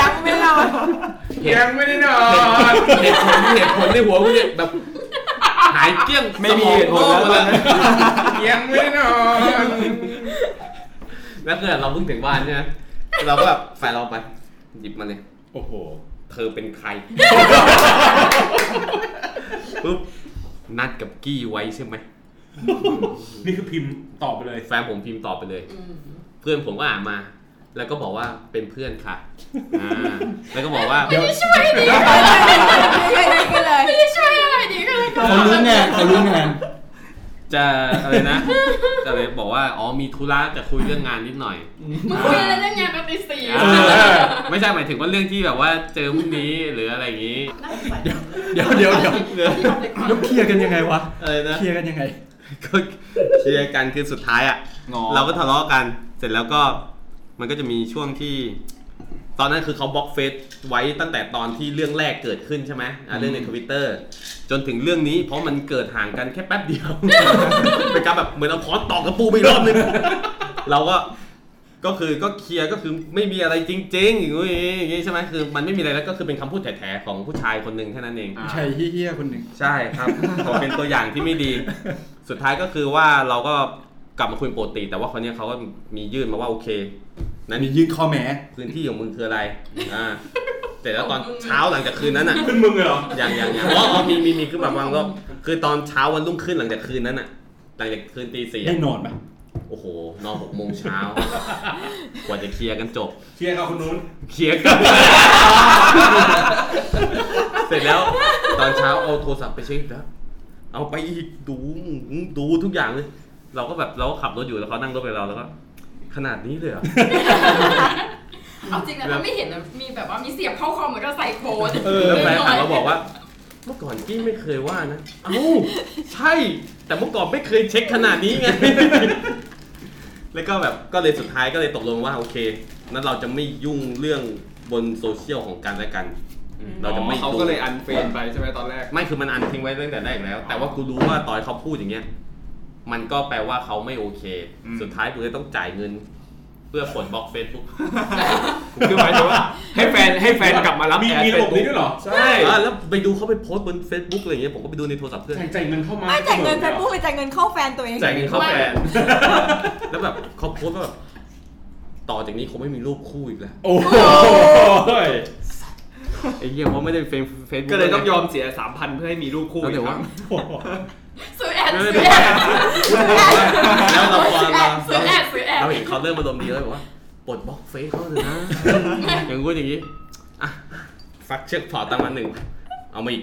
S5: ยังไม่นอน
S2: เหตุ
S6: ยังไม่ได้นอน
S2: เหตุผลเหตุผลในหัวกูเนี่ยแบบ หายเกลี้ยง
S6: ไม่มีเหตุผลแล้ว
S2: สมองโง่หมดเลย
S6: ยังไม่ได้นอน
S2: แล้วเกิดเราเพิ่งถึงบ้านใช่ไหมเราก็แบบแฟนเราไปหยิบมาเลย
S3: โอ้โห
S2: เธอเป็นใคร ปุ๊บ นัดกับกี้ไว้ใช่ไหม
S4: นี่คือพิมพ์ตอบไปเลย
S2: แฟนผมพิมพ์ตอบไปเลย เพื่อนผมก็อ่านมา แล้วก็บอกว่าเป็นเพื่อนค่ะอ่าแล้วก็บอกว่า
S3: เดี๋ยว
S7: ช่วยดี
S5: ก็เลย
S7: ช่วยอะไรดีก็เลย
S3: เขารู้งานเขารู้งาน
S2: จะอะไรนะ จะเลยบอกว่า อ๋อมีธุระจะคุยเรื่องงานนิดหน่อย
S7: มึงคุยอะไรเรื่องงานปฏิเสธ
S2: อ่าไม่ใช่หมายถึงว่าเรื่องที่แบบว่าเจอพรุ่งนี้หรืออะไรอย่างนี้
S3: เดี๋ยวเดี๋ยวเดี๋ยวแล้วเคลียร์กันยังไงวะ
S2: อะไรนะ
S3: เคลียร์กันยังไง
S2: ก็เคลียร์กันคือสุดท้ายอ่ะ
S6: งอ
S2: เราก็ทะเลาะกัน เสร็จแล้วก็มันก็จะมีช่วงที่ ตอนนั้นคือเขาบล็อกเฟซไว้ตั้งแต่ตอนที่เรื่องแรกเกิดขึ้นใช่ไหมอ่ะเรื่องในทวิตเตอร์จนถึงเรื่องนี้เพราะมันเกิดห่างกันแค่แป๊บเดียว เป็นการแบบเหมือนเอาค้อนตอกกระปูไปอีกรอบนึง เราก็ก็คือก็เคลียร์ก็คือไม่มีอะไรจริงๆอย่างงี้อย่างงี้ใช่ไหมคือมันไม่มีอะไรแล้วก็คือเป็นคำพูดแถๆของผู้ชายคนหนึ่งแค่นั้นเอง
S6: อ่า
S3: ใช่เฮี้ยๆคนหนึ่ง
S2: ใช่ ครับ ผมเป็นตัวอย่างที่ไม่ดี สุดท้ายก็คือว่าเราก็กลับมาคุยปกติ แต่ว่าคนนี้ยเขาก็มียื่นมาว่าโอเค นั้น
S3: มียื่นข้อแม้
S2: พื้นที่ของมึงคืออะไร อ่า แต่แล้วตอนเช้าหลังจากคืนนั้นอ่ะ
S4: ขึ้นมึงเลยเหรอ
S2: อย่างอย่างอย่างอ๋ออ๋อมีมีมีขึ้นมาบางรอบคือตอนเช้าวันรุ่งขึ้นหลังจากคืนนั้นอ่ะ หลังจากคืนตีสี่
S3: ได้
S2: อะ
S3: นอนปะ
S2: โอ้โห นอนหกโมง เช้า กว่าจะเคลียร์กันจบ
S4: เคลียร์กับคนนู้น
S2: เคลียร์กัน เสร็จแล้วตอนเช้าเอาโทรศัพท์ไปเช็คแล้ว เอาไปอีกดูดูทุกอย่างเลย เราก็แบบเราก็ขับรถอยู่แล้วเขานั่งรถไปเราแล้วก็ ขนาดนี้เลยเหรอ
S7: เอาจริงนะถ้าไม่เห็นนะมีแบบว่ามีเสียบเข้าคอมแล้วก็ใส่โค้ด
S2: แล้วแฟนถามมาบอกว่า เมื่อก่อนพี่ไม่เคยว่านะ เอ้าใช่ แต่เมื่อก่อนไม่เคยเช็คขนาดนี้ไง แล้วก็แบบก็เลยสุดท้ายก็เลยตกลงว่าโอเคนั้นเราจะไม่ยุ่งเรื่องบนโซเชียลของกันและกัน เราจะไม่
S6: อ๋อเขา
S2: ดู
S6: ก็เลยอันเฟนไปใช่ไหมตอนแรก
S2: ไม่คือมันอันทิ้งไว้ตั้งแต่แรกแล้ว แต่ว่ากูรู้ว่าตอนเขาพูดอย่างเงี้ย มันก็แปลว่าเขาไม่โอเค
S6: อืม
S2: สุดท้ายกูเลยต้องจ่ายเงิน เพื่อผลบล็อกเฟซบุ๊ก
S6: คือหมายถึงว่า ให้แฟนให้แฟนกลับมารับ
S4: มี
S6: แอด
S4: มี
S6: เฟ
S4: ระบ
S6: ซ
S4: บ
S6: บุ๊
S4: นี้
S6: ก
S4: ด้วยเหรอ
S2: ใช่าแล้วไปดูเขาไปโพสต์บน Facebook อะไรอย่างเงี้ยผมก็ไปดูในโทรศัพท์เพื่อน
S4: ใช่จ่ายเงินเข้ามา
S5: ไม่จ่ายเงินแฟนบุ๊กเลยจ่ายเงินเข้าแฟนตัวเอง
S2: จ่ายเงินเข้าแฟน แล้วแบบเขาโพสต์ว่าแบบ ต่อจากนี้คงไม่มีรูปคู่อีกแล้ว
S3: โอ้โห
S6: ไอ้เหี้ยเพราะไม่ได้เฟซเฟซบุ๊ก
S2: ก็เลยต้องยอม
S6: เสียสามพันเพื่อให้มีรูปคู่
S2: แล้ว
S6: อี
S2: แต่
S6: กค
S2: ว่า
S6: รั้ง
S7: ซื้อแอด
S2: ไม่
S7: ซื้อ
S2: ไม่
S7: แอด
S2: แล้วเราพอเรา
S7: ซื้อแอดซื้อแอด
S2: เราเห็นเขาเริ่มมาดมณ์ดีแล้วบอกว่าปลดบล็อกเฟซเขาเลยนะ อย่างงู้นอย่างนี้อ่ะฟักเชือกถอดตังค์มาหนึ่งเอามาอีก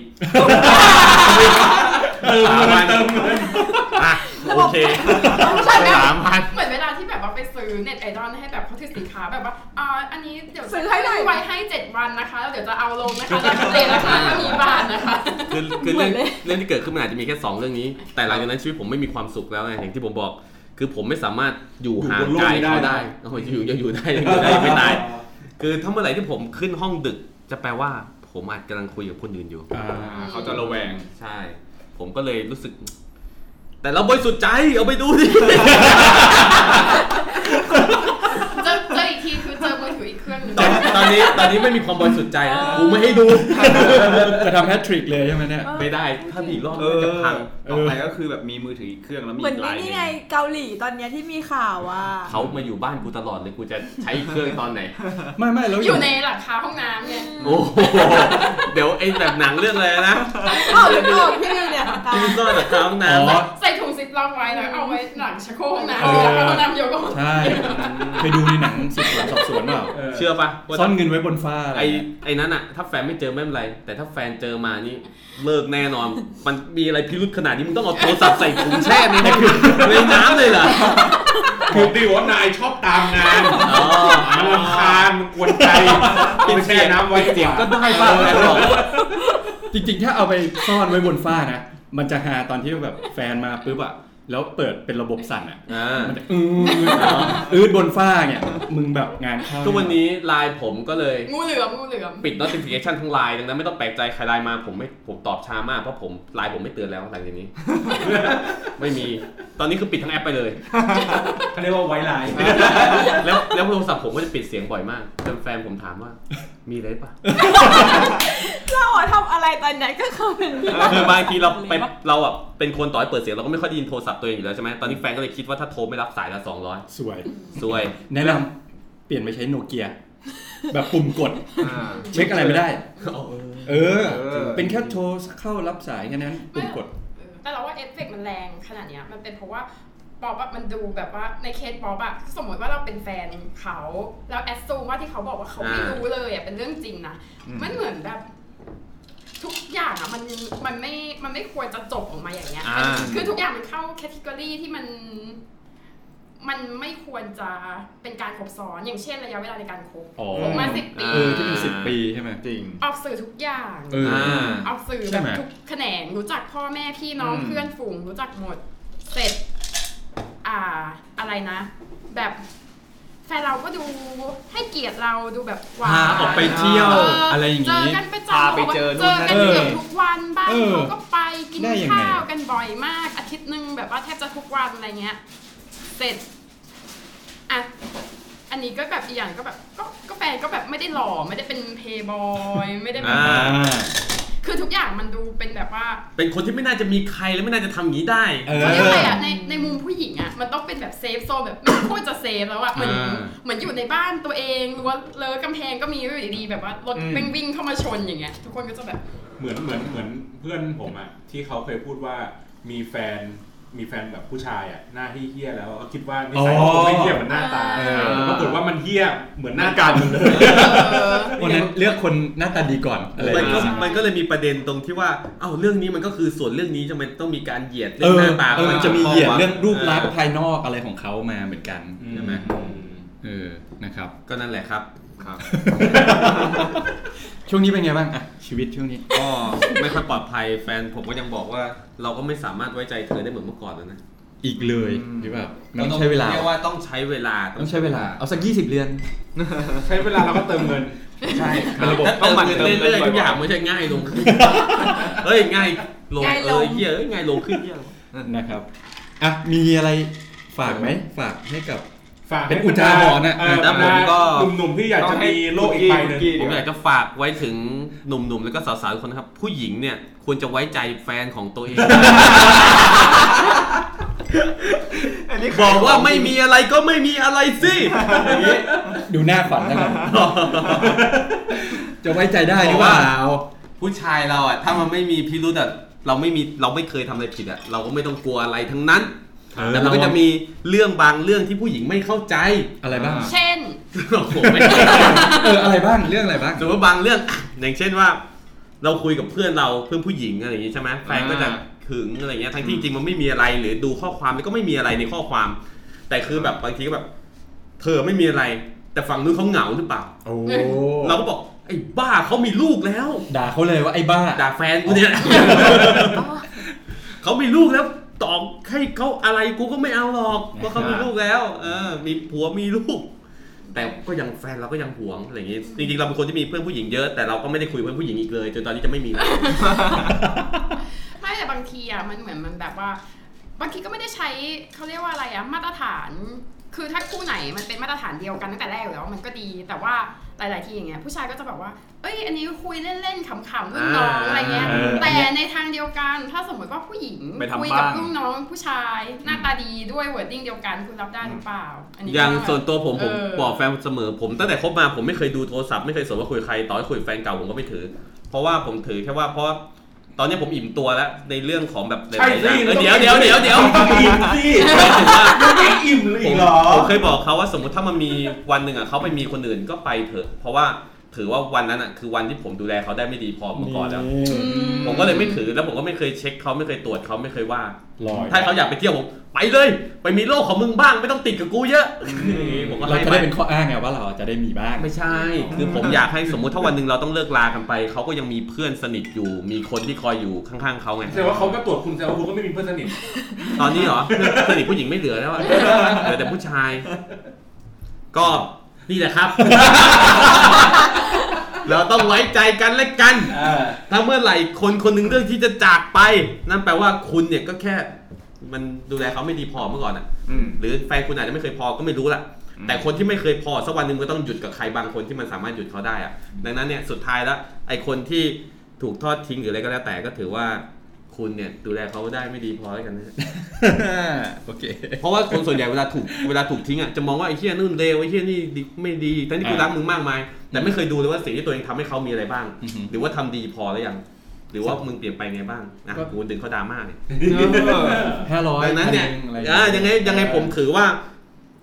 S2: สามพันอ่ะโอเค
S7: ใช่ไหม
S2: สามพัน
S7: เหมือนเวลาที่แบบว่าไปซื้อเน็ตไอดอลให้แบบเขาถือสินค้าแบบว่าอ่าอันนี้เดี๋ยว
S5: ซื้อให้หน่อย
S7: ไว้ให้เจ็ดวันนะคะแล้วเดี๋ยวจะเอาลงนะคะแล้วเดี๋ยวนะคะถ้ามีบาทนะคะ
S2: คือคือ
S5: เหมื
S2: เรื่
S5: อ
S2: อนง
S5: เลย
S2: เรื่องที่เกิดขึ้นมันอาจจะมีแค่สองเรื่องนี้ แต่หลังจากนั้นชีวิตผมไม่มีความสุขแล้วไงอย่างที่ผมบอก คือผมไม่สามารถอยู่ห่างไกลเขาได้โอ้ยอยู่ยังอยู่ ได้ยังอยู่ได้ยังไม่ตาย คือถ้าเมื่อไหร่ที่ผมขึ้นห้องดึก จะแปลว่าผมอาจกำลังคุยกับคนอื่นอยู่
S3: อ่า
S6: อ่าเขาจะระแวง
S2: ใช่ ผมก็เลยรู้สึก แต่เราบริสุทธิ์ใจเอาไปดูดิ
S7: เจอเจออีกทีคือเจอมือถืออีกเครื่องหนึง
S2: ตอนตอนนี้ตอนนี้ไม่มีความบริสุทธิ์ใจนะกูไม่ให้ดู
S3: จะทำแฮตทริกเลยใช่ไหมเนี่ย
S2: ไม่ได้ ถ้ามีอีกรอบ
S6: เอ
S2: มัน
S6: อ
S2: จะพัง
S6: ต่อไปก็คือแบบมีมือถืออีกเครื่องแล้วมี
S5: เหมือน
S6: อีกหลาย
S5: นี่
S6: ห
S5: ไงเกาหลีตอนเนี้ยที่มีข่าวอ่ะ
S2: เขามาอยู่บ้านกูตลอดเลยกูจะใช้เครื่องตอนไหน
S3: ไม่ไม่แล้ว
S7: อยู่ในหลังคาห้องน้ำเนี่ย
S2: โอ้โหเดี๋ยวไอ้แบบหนังเรื่องอะไรนะ
S5: อ้าวแล้วก็พี่วิวเนี่ยตา
S2: ที่
S5: ย
S2: มีซ่อนแบบท้าห้อง
S3: อ๋อ
S2: น้ำอะ
S7: ใส่ถุงซิปล็อกไว้แล้วเอาไว้หลังชักโครกห้องน้ำหรือหลังห้องน้ำโยกห้อง
S3: ใช่เคยดูในหนังสืบสวนสอบสวนเปล่า
S2: เชื่อปะว่า
S3: ซ่อนเงินไว้บนฟ้าะร
S2: ไอ้ไอ้นั้นอะถ้าแฟนไม่เจอไม่เป็นไร แต่ถ้าแฟนเจอมานี่เลิกแน่นอน มันมีอะไรพิรุธขนาดนี้มึงต้องเอาโทรศัพท์ใส่ถุงแช่ในในน้ำเลยเหรอ
S4: คือดีว่านายชอบตามงาน
S2: อ๋อ
S4: รำคาญมันกวนใจเป็นแช่น้ำไว้เสียงก็
S2: ก็ได้บ้างแหล้วหรอก
S3: จริงๆ ถ้าเอาไปซ่อนไว้บนฟ้านะ มันจะหาตอนที่แบบแฟนมาปุ๊บอะแล้วเปิดเป็นระบบสั่นอะ
S2: อ่า
S3: มันจะอืดอืดบนฟ้าเนี่ยมึงแบบงานเข้า
S2: ทุกวันนี้ไลน์ผมก็เลย
S7: งูเหลือมงูเหลือม
S2: ปิด notification ทั้งไลน์ดังนั้นไม่ต้องแปลกใจใครไลน์มาผมไม่ผมตอบช้ามากเพราะผมไลน์ผมไม่เตือนแล้วหลังจากนี้ ไม่มีตอนนี้คือปิดทั้งแอปไปเลย
S4: เขาเรียกว่าไว้ลาย
S2: แล้วแล้วโทรศัพท์ผมก็จะปิดเสียงบ่อยมากจนแฟนผมถามว่า มีอะไรปะ
S5: เราอะทำอะไรตอนเนี้ยก็คือเป็น
S2: คือบางทีเราไปเราอ่ะเป็นคนต่อให้เปิดเสียงเราก็ไม่ค่อยได้ยินโทรศัพท์ตัวเองอยู่แล้วใช่ไหมตอนนี้แฟนก็เลยคิดว่าถ้าโทรไม่รับสายละสองร้อย
S3: สวย
S2: ซวย
S3: แนะนำเปลี่ยนไปใช้โนเกีย แบบปุ่มกด
S6: อ่า
S3: เช็คอะไรไม่ได้ เออ
S6: เออ
S3: เป็นแค่โทรเข้ารับสายแค่นั้นปุ่มกด
S7: เออแต่เราว่าเอฟเฟกต์มันแรงขนาดเนี้ยมันเป็นเพราะว่าป๊อปอะมันดูแบบว่าในเคสป๊อปอะสมมติว่าเราเป็นแฟนเขาแล้วแอดซูมว่าที่เขาบอกว่าเขาไม่
S2: อ่า
S7: รู้เลยอะเป็นเรื่องจริงนะมันเหมือนแบบ ทุกอย่างอะมันมันไม่มันไม่ควรจะจบออกมาอย่างเงี้ย
S2: อ่า
S7: คือทุกอย่างมันเข้าแคตตากรีที่มัน มันไม่ควรจะเป็นการครบซ้อน อย่างเช่นระยะเวลาในการคบ
S3: อ๋อ
S7: คบมาสิบปี
S2: อ่า
S3: เออที่เป็นสิบปีใช่ไหม
S6: จริง
S7: ออกสื่อทุกอย่าง
S3: เออ
S2: อ่า
S7: ออกสื่อ
S3: ใช่
S7: แบบ
S3: ไหม
S7: ทุกแขนงรู้จักพ่อแม่พี่น้อง
S6: อืม
S7: เพื่อนฝูงรู้จักหมด เสร็จ อ่าอะไรนะ แบบแฟนเราก็ดูให้เกียรติเราดูแบบหวาน
S3: พาออกไปเที่ยวอะไรอย่าง
S7: เจอ
S3: นี้
S7: กันประจำ
S6: พาไปเจอนู่
S7: เจ
S6: น
S7: อ
S6: นั่น
S7: กันเกือบทุกวันบ้าน
S3: เออ
S7: เขาก็ไปกิน
S3: ได้ยังไง
S7: ข้าวกันบ่อยมากอาทิตย์หนึ่งแบบว่าแทบจะทุกวันอะไรเงี้ย เสร็จอ่ะอันนี้ก็แบบอีกอย่างก็แบบก็ก็แฟนก็แบบไม่ได้หล่อไม่ได้เป็นเพย์บอยไม่ได้แบบ
S2: อ่า
S3: อ่า
S7: คือทุกอย่างมันดูเป็นแบบว่า
S2: เป็นคนที่ไม่น่าจะมีใครและไม่น่าจะทำอย่างนี้ได้
S3: เออ
S7: เขาเรียกอะไรอะในในมุมผู้หญิงอะมันต้องเป็นแบบเซฟโซนแบบ ไม่ควรจะเซฟแล้วอะเหมือน
S2: อ่า
S7: เหมือนอยู่ในบ้านตัวเองรั้วเลอะกำแพงก็มีอยู่ดีๆแบบว่ารถ
S6: อืม
S7: วิ่งวิ่งเข้ามาชนอย่างเงี้ยทุกคนก็จะแบบ
S4: เหมือนเหมือนเหมือนเพื่อนผมอะที่เขาเคยพูดว่ามีแฟนมีแฟนแบบผู้ชายอะหน้าที่เฮี้ยแล้วก็คิดว่านิสัยเขาคงไม่เฮี้ยเหมือนหน้าตา
S6: เออ
S4: แต่ปรากฏว่ามันเฮี้ยเหมือนหน้าตามันเลย
S7: เออ
S3: วันนั้นเลือกคนหน้าตาดีก่อนอะไรอ
S2: มัน
S3: ย่าง
S2: ก็
S3: งี้
S2: มันก็เลยมีประเด็นตรงที่ว่า เอ้าเรื่องนี้มันก็คือส่วนเรื่องนี้จะมันต้องมีการเหยียด
S3: เอ
S2: เรื่อง
S3: อ
S2: หน้าตา
S3: เออ
S2: ข้าา
S3: มันจะมีเหยียดเรื่องรูปลักษณ์
S2: เออ
S3: ภายนอกอะไรของเขามาเหมือนกันใช่ไหมเออนะครับ
S2: ก็นั่นแหละครับ
S6: ครับ
S3: ช่วงนี้เป็นไงบ้างอะชีวิตช่วงนี้
S2: ก็ไม่ค่อยปลอดภัยแฟนผมก็ยังบอกว่า เราก็ไม่สามารถไว้ใจเธอได้เหมือนเมื่อก่อนแล้วนะ
S3: อีกเลย
S6: อืม
S3: หรือแบบมันต้องใช้เวลา
S2: เรียกว่าต้องใช้เวลา
S3: ต้องใช้เวลาเอาสัก20เดือน
S4: ใช้เวลาเราก็เติมเงิน
S2: ใช่
S6: เป็นระบบ
S2: แล้วเติมเงิน
S6: ต้องหมั่นเติม
S2: เรื่อย
S6: เงินบ่
S2: ๆ
S6: อยๆ
S2: ทุกอย่างไม่ใช่ง่ายลง เฮ้ยง่ายลง
S5: ง่าย
S2: เอ
S5: ลง
S2: อเหี้ยเอ้ยง่ายลงขึ้นเหี้ย
S3: นะครับ อ่ะ มีอะไรฝากไหม ฝากให้กับ
S4: ฝาก
S3: เป็นอุทาหรณ์อะ
S4: เแล้วผมก็หนุ่มๆที่อยากจะมีโลกอีกใบหนึ่ง
S6: กี้
S2: ผม
S6: เดี๋ว
S2: อยากจะฝากไว้ถึงหนุ่มๆแล้วก็สาวๆทุกคนนะครับ ผู้หญิงเนี่ยควรจะไว้ใจแฟนของตัวเอง
S6: อันนี้ขย
S2: บอกว่าไม่มีอะไรก็ไม่มีอะไรสิ
S3: ดูหน้าขวัญแล้วกัน จะไว้ใจได้หรือเปล่า
S2: ผู้ชายเราอ่ะ ถ้ามันไม่มีพิรุธอ่ะเราไม่มีเราไม่เคยทำอะไรผิดอ่ะเราก็ไม่ต้องกลัวอะไรทั้งนั้น
S3: เออ
S2: แต่มันก็
S3: เรา
S2: จะมีเรื่องบางเรื่องที่ผู้หญิงไม่เข้า ใจ
S3: อะไรบ้าง
S7: เช่น
S2: โอ้โหไม่
S3: เออ อะไรบ้าง เรื่องอะไรบ้าง
S2: สมมติบางเรื่องอ่ะอย่างเช่นว่า เราคุยกับเพื่อนเราเพื่อนผู้หญิงอะไรอย่างงี้ใช่ไหมแฟนก็จะถึงอะไรเงี้ยทั้งที่จริงมันไม่มีอะไรหรือดูข้อความมันก็ไม่มีอะไรในข้อความ แต่คือแบบบางทีก็แบบ เธอไม่มีอะไร แต่ฝั่งนู้นเขาเหงาหรือเปล่า
S3: โอ้
S2: เราก็บอกไอ้บ้าเขามีลูกแล้ว
S3: ด่าเขาเลยว่าไอ้บ้า
S2: ด่าแฟนกู เนี่ย เขามีลูกแล้วตอบให้เขาอะไรกูก็ไม่เอาหรอกเพราะเขามีลูกแล้ว เออ มีผัวมีลูก แต่ก็ยังแฟนเราก็ยังหวงอะไรอย่างงี้จริงๆเราเป็นคนที่มีเพื่อนผู้หญิงเยอะแต่เราก็ไม่ได้คุยเพื่อนผู้หญิงอีกเลยจนตอนนี้จะไม่มีแล้ว
S7: ไม่แต่บางทีอ่ะมันเหมือนมันแบบว่า บางทีก็ไม่ได้ใช้เขาเรียกว่าอะไรอ่ะมาตรฐาน คือถ้าคู่ไหนมันเป็นมาตรฐานเดียวกันตั้งแต่แรกอยู่แล้วมันก็ดี แต่ว่าหลาย ๆ ทีอย่างเงี้ยผู้ชายก็จะแบบว่า เอ้ย อันนี้คุยเล่น ๆขำๆรุ่นน้อง
S2: อ่า
S7: อะไรเงี้ย
S3: เออ
S7: แต่ในทางเดียวกัน ถ้าสมมติว่าผู้หญิง
S6: ไปทำ
S7: คุยกับ
S6: บ้าง
S7: รุ่นน้องผู้ชาย หน้าตาดีด้วยวอร์ดิ้งเดียวกันคุณรับได้หรือเปล่า อันนี้ก็
S2: อย่างส่วนตัวผมผม
S7: เออ
S2: บอกแฟนเสมอ ผมตั้งแต่คบมาผมไม่เคยดูโทรศัพท์ไม่เคยสนว่าคุยกับใครต่อให้คุยกับแฟนเก่าผมก็ไม่ถือ เพราะว่าผมถือแค่ว่าเพราะตอนนี้ผมอิ่มตัวแล้วในเรื่องของแบบหลาย
S4: ใช่
S2: ๆอย่างเอ
S4: สิ
S2: อเดี๋ยวเดี๋ยวเดี๋ยวเดี๋ยว
S4: ต้องอิ่มสิยังไม่อิ่มเลย
S2: ผ
S4: อี
S2: ม
S4: กเหรอ
S2: ผมเคยบอกเขาว่าสมมติถ้ามันมีวันหนึ่งอ่ะเขาไปมีคนอื่นก็ไปเถอะ เพราะว่าถือว่าวันนั้นอ่ะคือวันที่ผมดูแลเขาได้ไม่ดีพอเมื่อก่อนแล้ว
S7: อื
S2: ผมก็เลยไม่ถือแล้วผมก็ไม่เคยเช็คเขาไม่เคยตรวจเขาไม่เคยว่า
S3: ลอย
S2: ถ้าเขาอยากไปเที่ยวผมไปเลย ไปมีโลกของมึงบ้างไม่ต้องติดกับกูเยอะผมก็
S3: เรา
S2: ให้
S3: จะ
S2: ไป
S3: ได้เป็นข้ออ้างไงว่าเราจะได้มีบ้าง
S2: ไม่ใช่ คือผมอยากให้สมมติถ้าวันหนึ่งเราต้องเลิกลากันไปเขาก็ยังมีเพื่อนสนิทอยู่ มีคนที่คอยอยู่ข้างๆเขาไง
S4: แสดงว่าเขาก็ตรวจคุณแสดงว่าคุณก็ไม่มีเพื่อนสนิท
S2: ตอนนี้เหรอเพื่อนสนิทผู้หญิงไม่เหลือ แล้วอะเหลือแต่ผู้ชาย ก็นี่แหละ ครับ เราต้องไว้ใจกันและกัน
S4: อ่า
S2: ถ้าเมื่อไหร่คนคนหนึ่งเรื่องที่จะจากไป นั่นแปลว่าคุณเนี่ยก็แค่ มันดูแลเขาไม่ดีพอเมื่อก่อนอะ
S6: อืม
S2: หรือแฟนคุณอาจจะไม่เคยพอก็ไม่รู้ล่ะ
S6: อืม
S2: แต่คนที่ไม่เคยพอสักวันหนึ่งมันก็ต้องหยุดกับใครบางคนที่มันสามารถหยุดเขาได้อะดังนั้นเนี่ยสุดท้ายแล้วไอ้คนที่ถูกทอดทิ้งหรืออะไรก็แล้วแต่ก็ถือว่าคุณเนี่ยดูแลเขาได้ไม่ดีพอแล้วกันนะ
S3: โอเค
S2: เพราะว่าคนส่วนใหญ่เวลาถูกเวลาถูกทิ้งอ่ะจะมองว่าไอ้เหี้ยนู่นเลวไอ้เหี้ยนี่ดีไม่ดีทั้งที่กู
S3: อ่า
S2: รักมึงมากมาย แต่ไม่เคยดูเลยว่าสิ่งที่ตัวเองทำให้เขามีอะไรบ้าง
S3: อือฮึ
S2: หรือว่าทำดีพอหรือยังหรือว่ามึงเปลี่ยนไปไงบ้างอ่ะกูดึงเขาดราม่าเนี่ย
S3: ห้าร้อย
S2: ดังนั้นเนี่ย
S3: อะไร
S2: อ่ายังไงยังไงผมถือว่า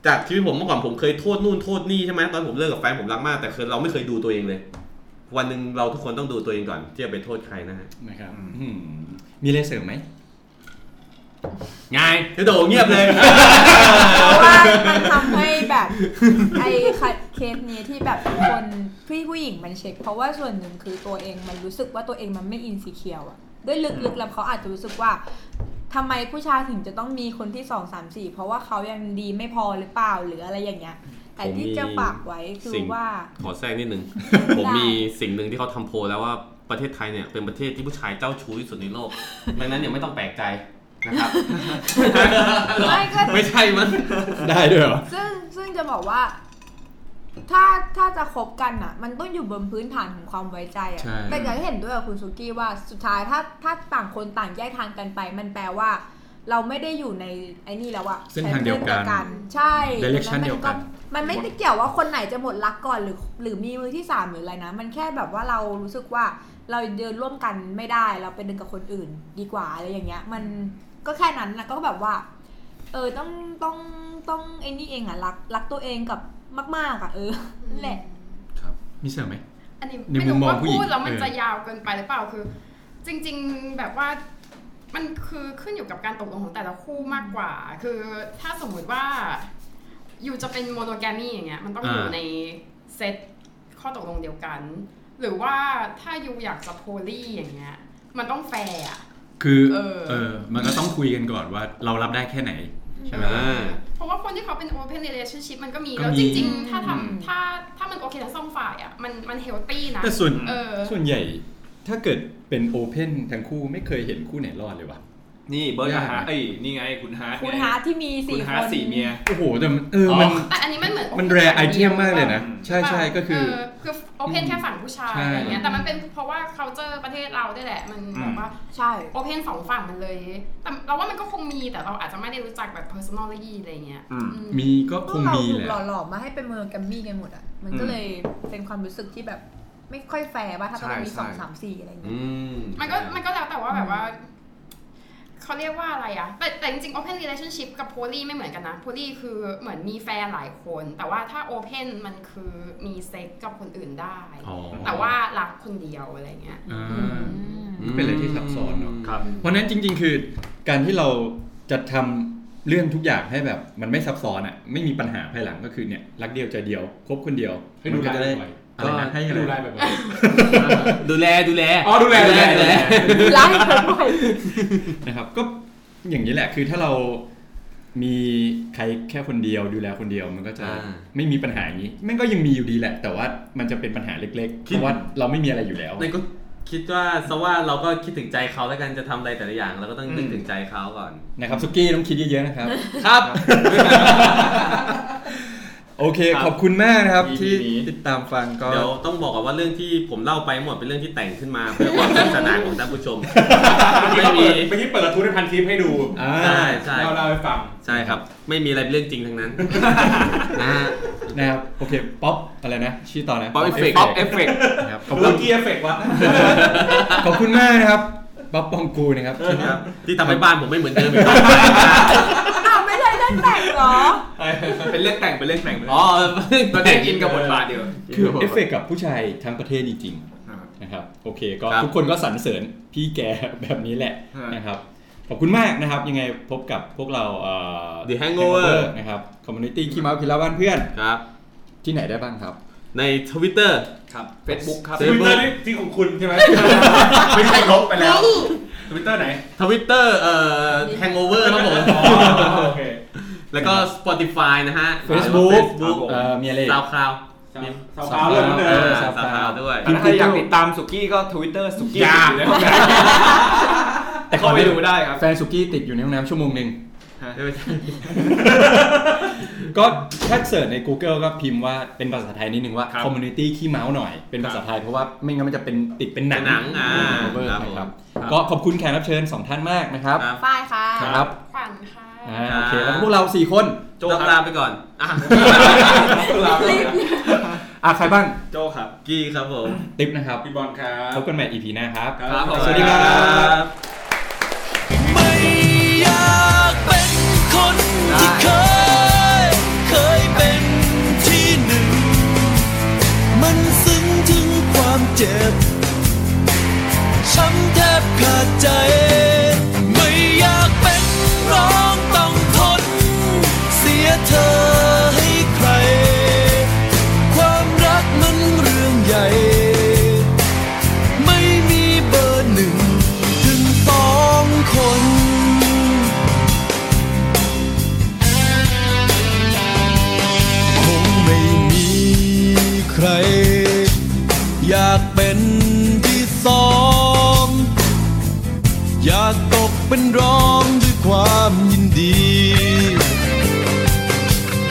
S2: จากชีวิตผมเมื่อก่อนผมเคยโทษนู่นโทษนี่ใช่ไหมตอนผมเลิกกับแฟนผมรักมาก แต่คือเราไม่เคยดูตัวเองเลย วันหนึ่งเราทุกคนต้องดูตัวเองก่อนที่จะไปโทษใครนะฮะ
S3: นะครับอืมมีอะไรเสริมไหม
S2: ไงจะโดดเงียบเลย
S5: เพราะว่ามันทำให้แบบไอ้เคสเนี้ยที่แบบคนพี่ผู้หญิงมันเช็ค เพราะว่าส่วนหนึ่งคือตัวเองมันรู้สึกว่าตัวเองมันไม่อินสีเคียวอะด้วยลึกๆแล้วเขาอาจจะรู้สึกว่าทำไมผู้ชายถึงจะต้องมีคนที่สองสามสี่เพราะว่าเขายังดีไม่พอหรือเปล่าหรืออะไรอย่างเงี้ย แต่ที่จะฝากไว้คื
S2: สิ่
S5: อง ว่า
S2: ขอแทรกนิด นึง
S5: ได้
S2: ผมมีสิ่งหนึ่งที่เขาทำโพลแล้วว่าประเทศไทยเนี่ยเป็นประเทศที่ผู้ชายเจ้าชู้ที่สุดในโล ก ดังนั้นเนี่ยไม่ต้องแปลกใจนะครับ
S5: ไม่ก็
S2: ไม่ใช่มั้ง
S3: ได้ด้วยเหรอ
S5: ซึ่งซึ่งจะบอกว่า ถ้าถ้าจะคบกันอ่ะ มันต้องอยู่บนพื้นฐานของความไว้ใจ
S3: ใช่
S5: อะ่ะแต่อย่างที่เห็นด้วยกับคุณสุกี้ว่าสุดท้ายถ้าถ้าต่างคนต่างแยกทางกันไป มันแปลว่า เราไม่ได้อยู่ในไอ้นี่แล้วอะ
S3: เส้นทางเดียวกัน
S5: ส้ใช่
S3: Direction
S5: มั
S3: เดียวกัน
S5: มันไม่ได้เกี่ยวว่าคนไหนจะหมดรักก่อนหรือ หรือมีมือที่สามหรืออะไรนะ มันแค่แบบว่าเรารู้สึกว่าเราเดินร่วมกันไม่ได้ เราไปเดินกับคนอื่น ดีกว่าอะไรอย่างเงี้ย มันก็แค่นั้นนะก็แบบว่า เออต้องต้องต้องไอ้นี่เองอ่ะรักรักตัวเองกับมาก ๆอ่ะเออนั่นแหละ
S3: มีเสริมไหม
S7: อันนี้
S3: ในมุ
S7: ไม่รู้
S3: มมอง
S7: ว่า
S3: ผู้หญิง
S7: พูดแล้วมัน
S3: เออ
S7: จะยาวเกินไปหรือเปล่าคือ จริง ๆแบบว่ามันคือขึ้นอยู่กับการตกลงของแต่ละคู่มากกว่า คือถ้าสมมุติว่า อยู่จะเป็นโมโนแกรมี่อย่างเงี้ยมันต้องอยู่
S2: อ่า
S7: ในเซตข้อตกลงเดียวกัน หรือว่าถ้าอยู่อยากจะโพลี่อย่างเงี้ย มันต้องแฟร์อะ
S3: คือ
S7: เออ
S3: เออ มันก็ต้องคุยกันก่อนว่าเรารับได้แค่ไหน ใช่ไหม
S2: อ่า
S7: เพราะว่าคนที่เขาเป็น open relationship มันก็มี
S3: ก็
S7: แล้ว
S3: มี
S7: จริง ๆ ถ้า
S5: อืม
S7: ทำถ้าถ้ามันโอเคทั้งสองฝ่ายอ่ะมันมันเฮลตี้นะ
S3: แต่ส่วน
S7: เออ
S3: ส่วนใหญ่ ถ้าเกิดเป็นโอเพนทั้งคู่ไม่เคยเห็นคู่ไหนรอดเลยว่ะ
S6: นี่เบิร์ดกับฮาร์ทเอ้ยนี่ไงคุณฮาร์ท
S5: คุณ
S6: ไง
S5: ฮาร์ทที่มี
S6: คุ
S5: สี่
S6: ณ
S5: ค
S6: ฮาร์ท
S5: น
S6: สี่เมีย
S3: โอ้โห แต่มันเออ มัน
S7: แต่อันนี้มันเหมือน
S3: มันแรไอเทมมากเลยนะ ใช่ใช่ก็คือ
S7: เคือ โอเพนแค่ฝั่งผู้ชาย
S3: ใช่
S7: อะไรเงี้ยแต่มันเป็นเพราะว่า c u เจอประเทศเราได้แหละ มันแบบว่า
S5: ใช่
S7: โอเพนสองฝั่งมันเลย แต่เราว่ามันก็คงมีแต่เราอาจจะไม่ได้รู้จักแบบ personality อะไรเงี้ย
S6: อืม
S7: อืม
S3: มีก็
S5: พ
S3: คว ง
S5: กเรา
S3: มี
S5: ถู
S3: แห
S5: กห
S3: ละ
S5: ล่อหลอมมาให้เป็นเมืองแกรมมี่กันหมดอ่ะ มันก็
S6: อืม
S5: เลยเป็นความรู้สึกที่แบบไม่ค่อยแฟร์ว่าถ้า
S6: ใช่
S5: ต้องมี
S6: ใช่
S5: สองสามสี่อะไรอย่างเงี้ย
S2: อืม
S7: มันก็มันก็แล้วแต่ว่าแบบว่าเขาเรียกว่าอะไรอะแต่แต่จริงๆ open relationship กับ poly ไม่เหมือนกันนะ poly คือเหมือนมีแฟนหลายคน แต่ว่าถ้า open มันคือมีเซ็กกับคนอื่นได้
S3: อ๋อ
S7: แต่ว่ารักคนเดียวอะไรเงี้ย
S3: อ่า
S2: อืม
S3: เป็นอะไรที่ซับซ้อนเนอะ
S6: ครับ
S3: เพราะฉะนั้นจริง ๆ คือการที่เราจะทำเรื่องทุกอย่างให้แบบมันไม่ซับซ้อนอ่ะไม่มีปัญหาภายหลังก็คือเนี่ยรักเดียวใจเดียวคบคนเดียว
S4: ให้ดู
S3: มันก็จะได้
S4: ได้บ่อย
S3: อะไรนะให้
S4: ให้
S3: อะไร
S4: ดูได้แบบว่า
S2: ดูแลดูแล
S4: อ๋อดูแลดูแล
S2: ดูแล
S5: ร้ายเธอด้วย
S3: นะครับ ก็อย่างนี้แหละคือถ้าเรามีใครแค่คนเดียวดูแลคนเดียวมันก็จะ
S2: อ่า
S3: ไม่มีปัญหาอย่างนี้แม่งก็ยังมีอยู่ดีแหละ แต่ว่ามันจะเป็นปัญหาเล็กๆเพราะว่าเราไม่มีอะไรอยู่แล้ว
S2: นายก็คิดว่าซะว่าเราก็คิดถึงใจเขาแล้วกันจะทำอะไรแต่ละอย่างเราก็ต้องนึกถึงใจเขาก่อน
S3: นะครับสุกี้ต้องคิดเยอะๆนะครับ
S2: ครับ
S3: โอเค
S6: ครับ
S3: ขอบคุณมากนะครับ
S6: EP
S3: ที่
S6: นี้
S3: ติดตามฟังก็
S2: เดี๋ยวต้องบอกก่อนว่าเรื่องที่ผมเล่าไปหมดเป็นเรื่องที่แต่งขึ้นมาเพื่อความสนุกสนานของท่าน ผู้ชม ไม่มี
S4: เมื่อกี้เปิดกระทู้ในพันทิปให้ดู
S3: อ่า
S2: ใช่ใช่
S4: เล่าเล่าให้ฟัง
S2: ใช่ครับ ไม่มีอะไรเป็นเรื่องจริงทั้ง นั้นนะฮะ
S3: นะครับ โอเค ป๊อป อะไรนะ ชื่อต่อนะ
S6: ป๊อปเอฟเฟกต์
S3: Effect
S6: ป๊อปเอฟเฟกต์
S3: นะครับขอบ
S4: ดู
S3: คุณ
S4: เกียร์เฟกวะ
S3: ขอบคุณมากนะครับ ป๊อปปองกูนะครับที่
S2: ครับที่ทำให้บ้านผมไม่เหมือนเดิมอี กต่อไป
S5: อ้าวไม่ใช่เรื่องแต่งเหรอ
S6: เป็นเรื่องแต่งเป็นเรื่องแต่ง
S2: อ๋อ
S6: เราจะกินกับบทบาทเดียว
S3: คือเอฟเฟกต์กับผู้ชายทั้งประเทศจริง
S6: อ่า
S3: ๆนะครับ โอเค ก็
S6: ครับ
S3: ทุกคนก็สรรเสริญพี่แกแบบนี้แหละ
S6: ฮะ
S3: นะครับ ขอบคุณมากนะครับ ยังไงพบกับพวกเราเอ่อ
S2: The Hangover
S3: นะครับ คอมมูนิตี้ขี้เมาขี้เล่าบ้านเพื่อน
S2: ครับ
S3: ที่ไหนได้บ้างครับ
S2: ในทวิตเตอร์
S6: ครับเฟซบุ๊กครับ
S2: เฟ
S4: ท
S2: ซ
S4: วิต
S2: บุ๊
S4: เตอก ร์นี่ที่ของคุณ ใช่ไหม ไม่ใช่ลบไปแล้วทวิตเตอร์ไหน
S2: ทวิตเตอร์เอ่อ Hangover ครับผม
S4: อ๋อโอเค
S2: แล้วก็ Spotify นะฮะ
S3: Facebook
S2: บุ๊ก
S3: เอ่อมีอะไรอีก
S2: ซาวคลาว
S4: สาวสาวเริ่มเหมือน
S2: เอ
S4: เดิม
S2: อซาวคลาวด้วย
S3: พิมพ์
S6: ถ้าอยาก
S3: Google
S6: ติดตามสุกี้ก็ทวิตเตอร์สุกี้
S2: อย่า
S3: แต่ข
S6: เข้า
S3: อ
S6: ไป
S3: ไปดู
S6: ดูได้ครับ
S3: แฟนสุกี้ติดอยู่ในห้องน้ำชั่วโมงหนึ่ง
S2: ไม่ใช่
S3: ก็ถ้าเสิร์ชใน Google ก็พิมพ์ว่าเป็นภาษาไทยนิดนึงว่า
S6: ครับ
S3: community ขี้เมาส์หน่อย เป็นภาษาไทยเพราะว่าไม่งั้นมันจะเป็นติดเป็นหนัง
S2: เป็นหนังอ่า
S3: เวอร์นะค
S2: ครั
S3: รับบ ก็ขอบคุณแขกรับเชิญ 2 ท่านมากนะครับ
S2: ครับ
S5: ฝ้ายค่ะ
S3: ครับ
S7: ขวัญค่ะ
S3: อ่าโอเคแล้วพวกเรา 4 คน
S2: โจครับลาไปก่อนอ่ะ
S3: อ่ะใครบ้าง
S6: โจครับ
S2: กี้ครับผม
S3: ติ๊บนะครับ
S4: พี่บอลครั
S3: พ
S4: บ
S3: บกันใหม่ EP หน้าครับ
S6: ครับผม
S3: สวัสดีครับ
S1: ไม่อยากเป็นคนที่เคย เคยเป็นที่หนึ่ง มันซึ้งถึงความเจ็บ ช้ำแทบขาดใจ ไม่อยากเป็นร้องต้องทน เสียเธอให้ใคร ความรักมันเรื่องใหญ่ ไม่มีเบอร์หนึ่ง ถึงสองคน คงไม่มีใคร อยากเป็นที่สอง อยากตกเป็นรองด้วยความยินดี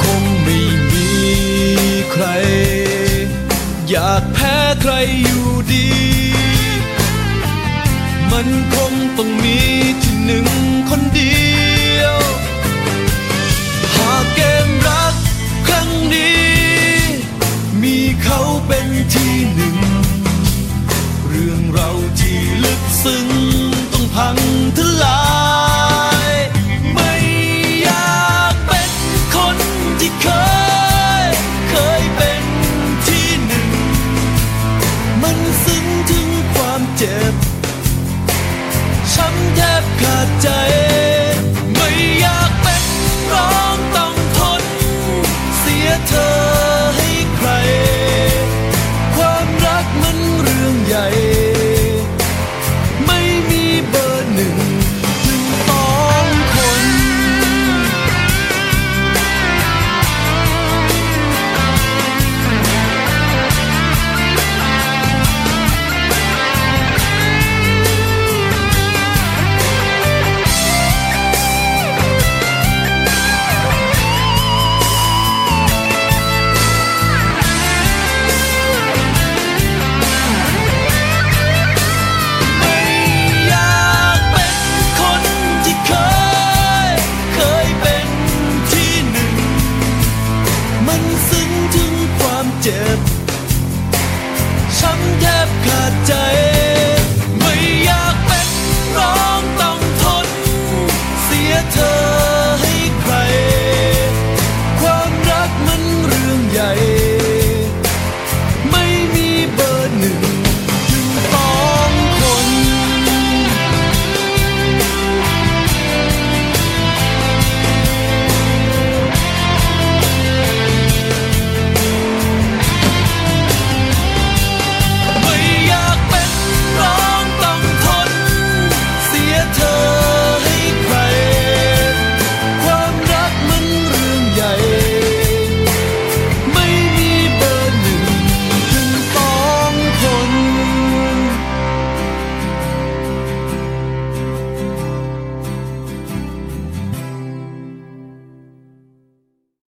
S1: คงไม่มีใคร อยากแพ้ใครอยู่ดี มันคงต้องมีที่หนึ่งคนเดียว หากเกมรักครั้งนี้ มีเขาเป็นที่หนึ่ง เรื่องเราที่ลึกซึ้งต้องพัง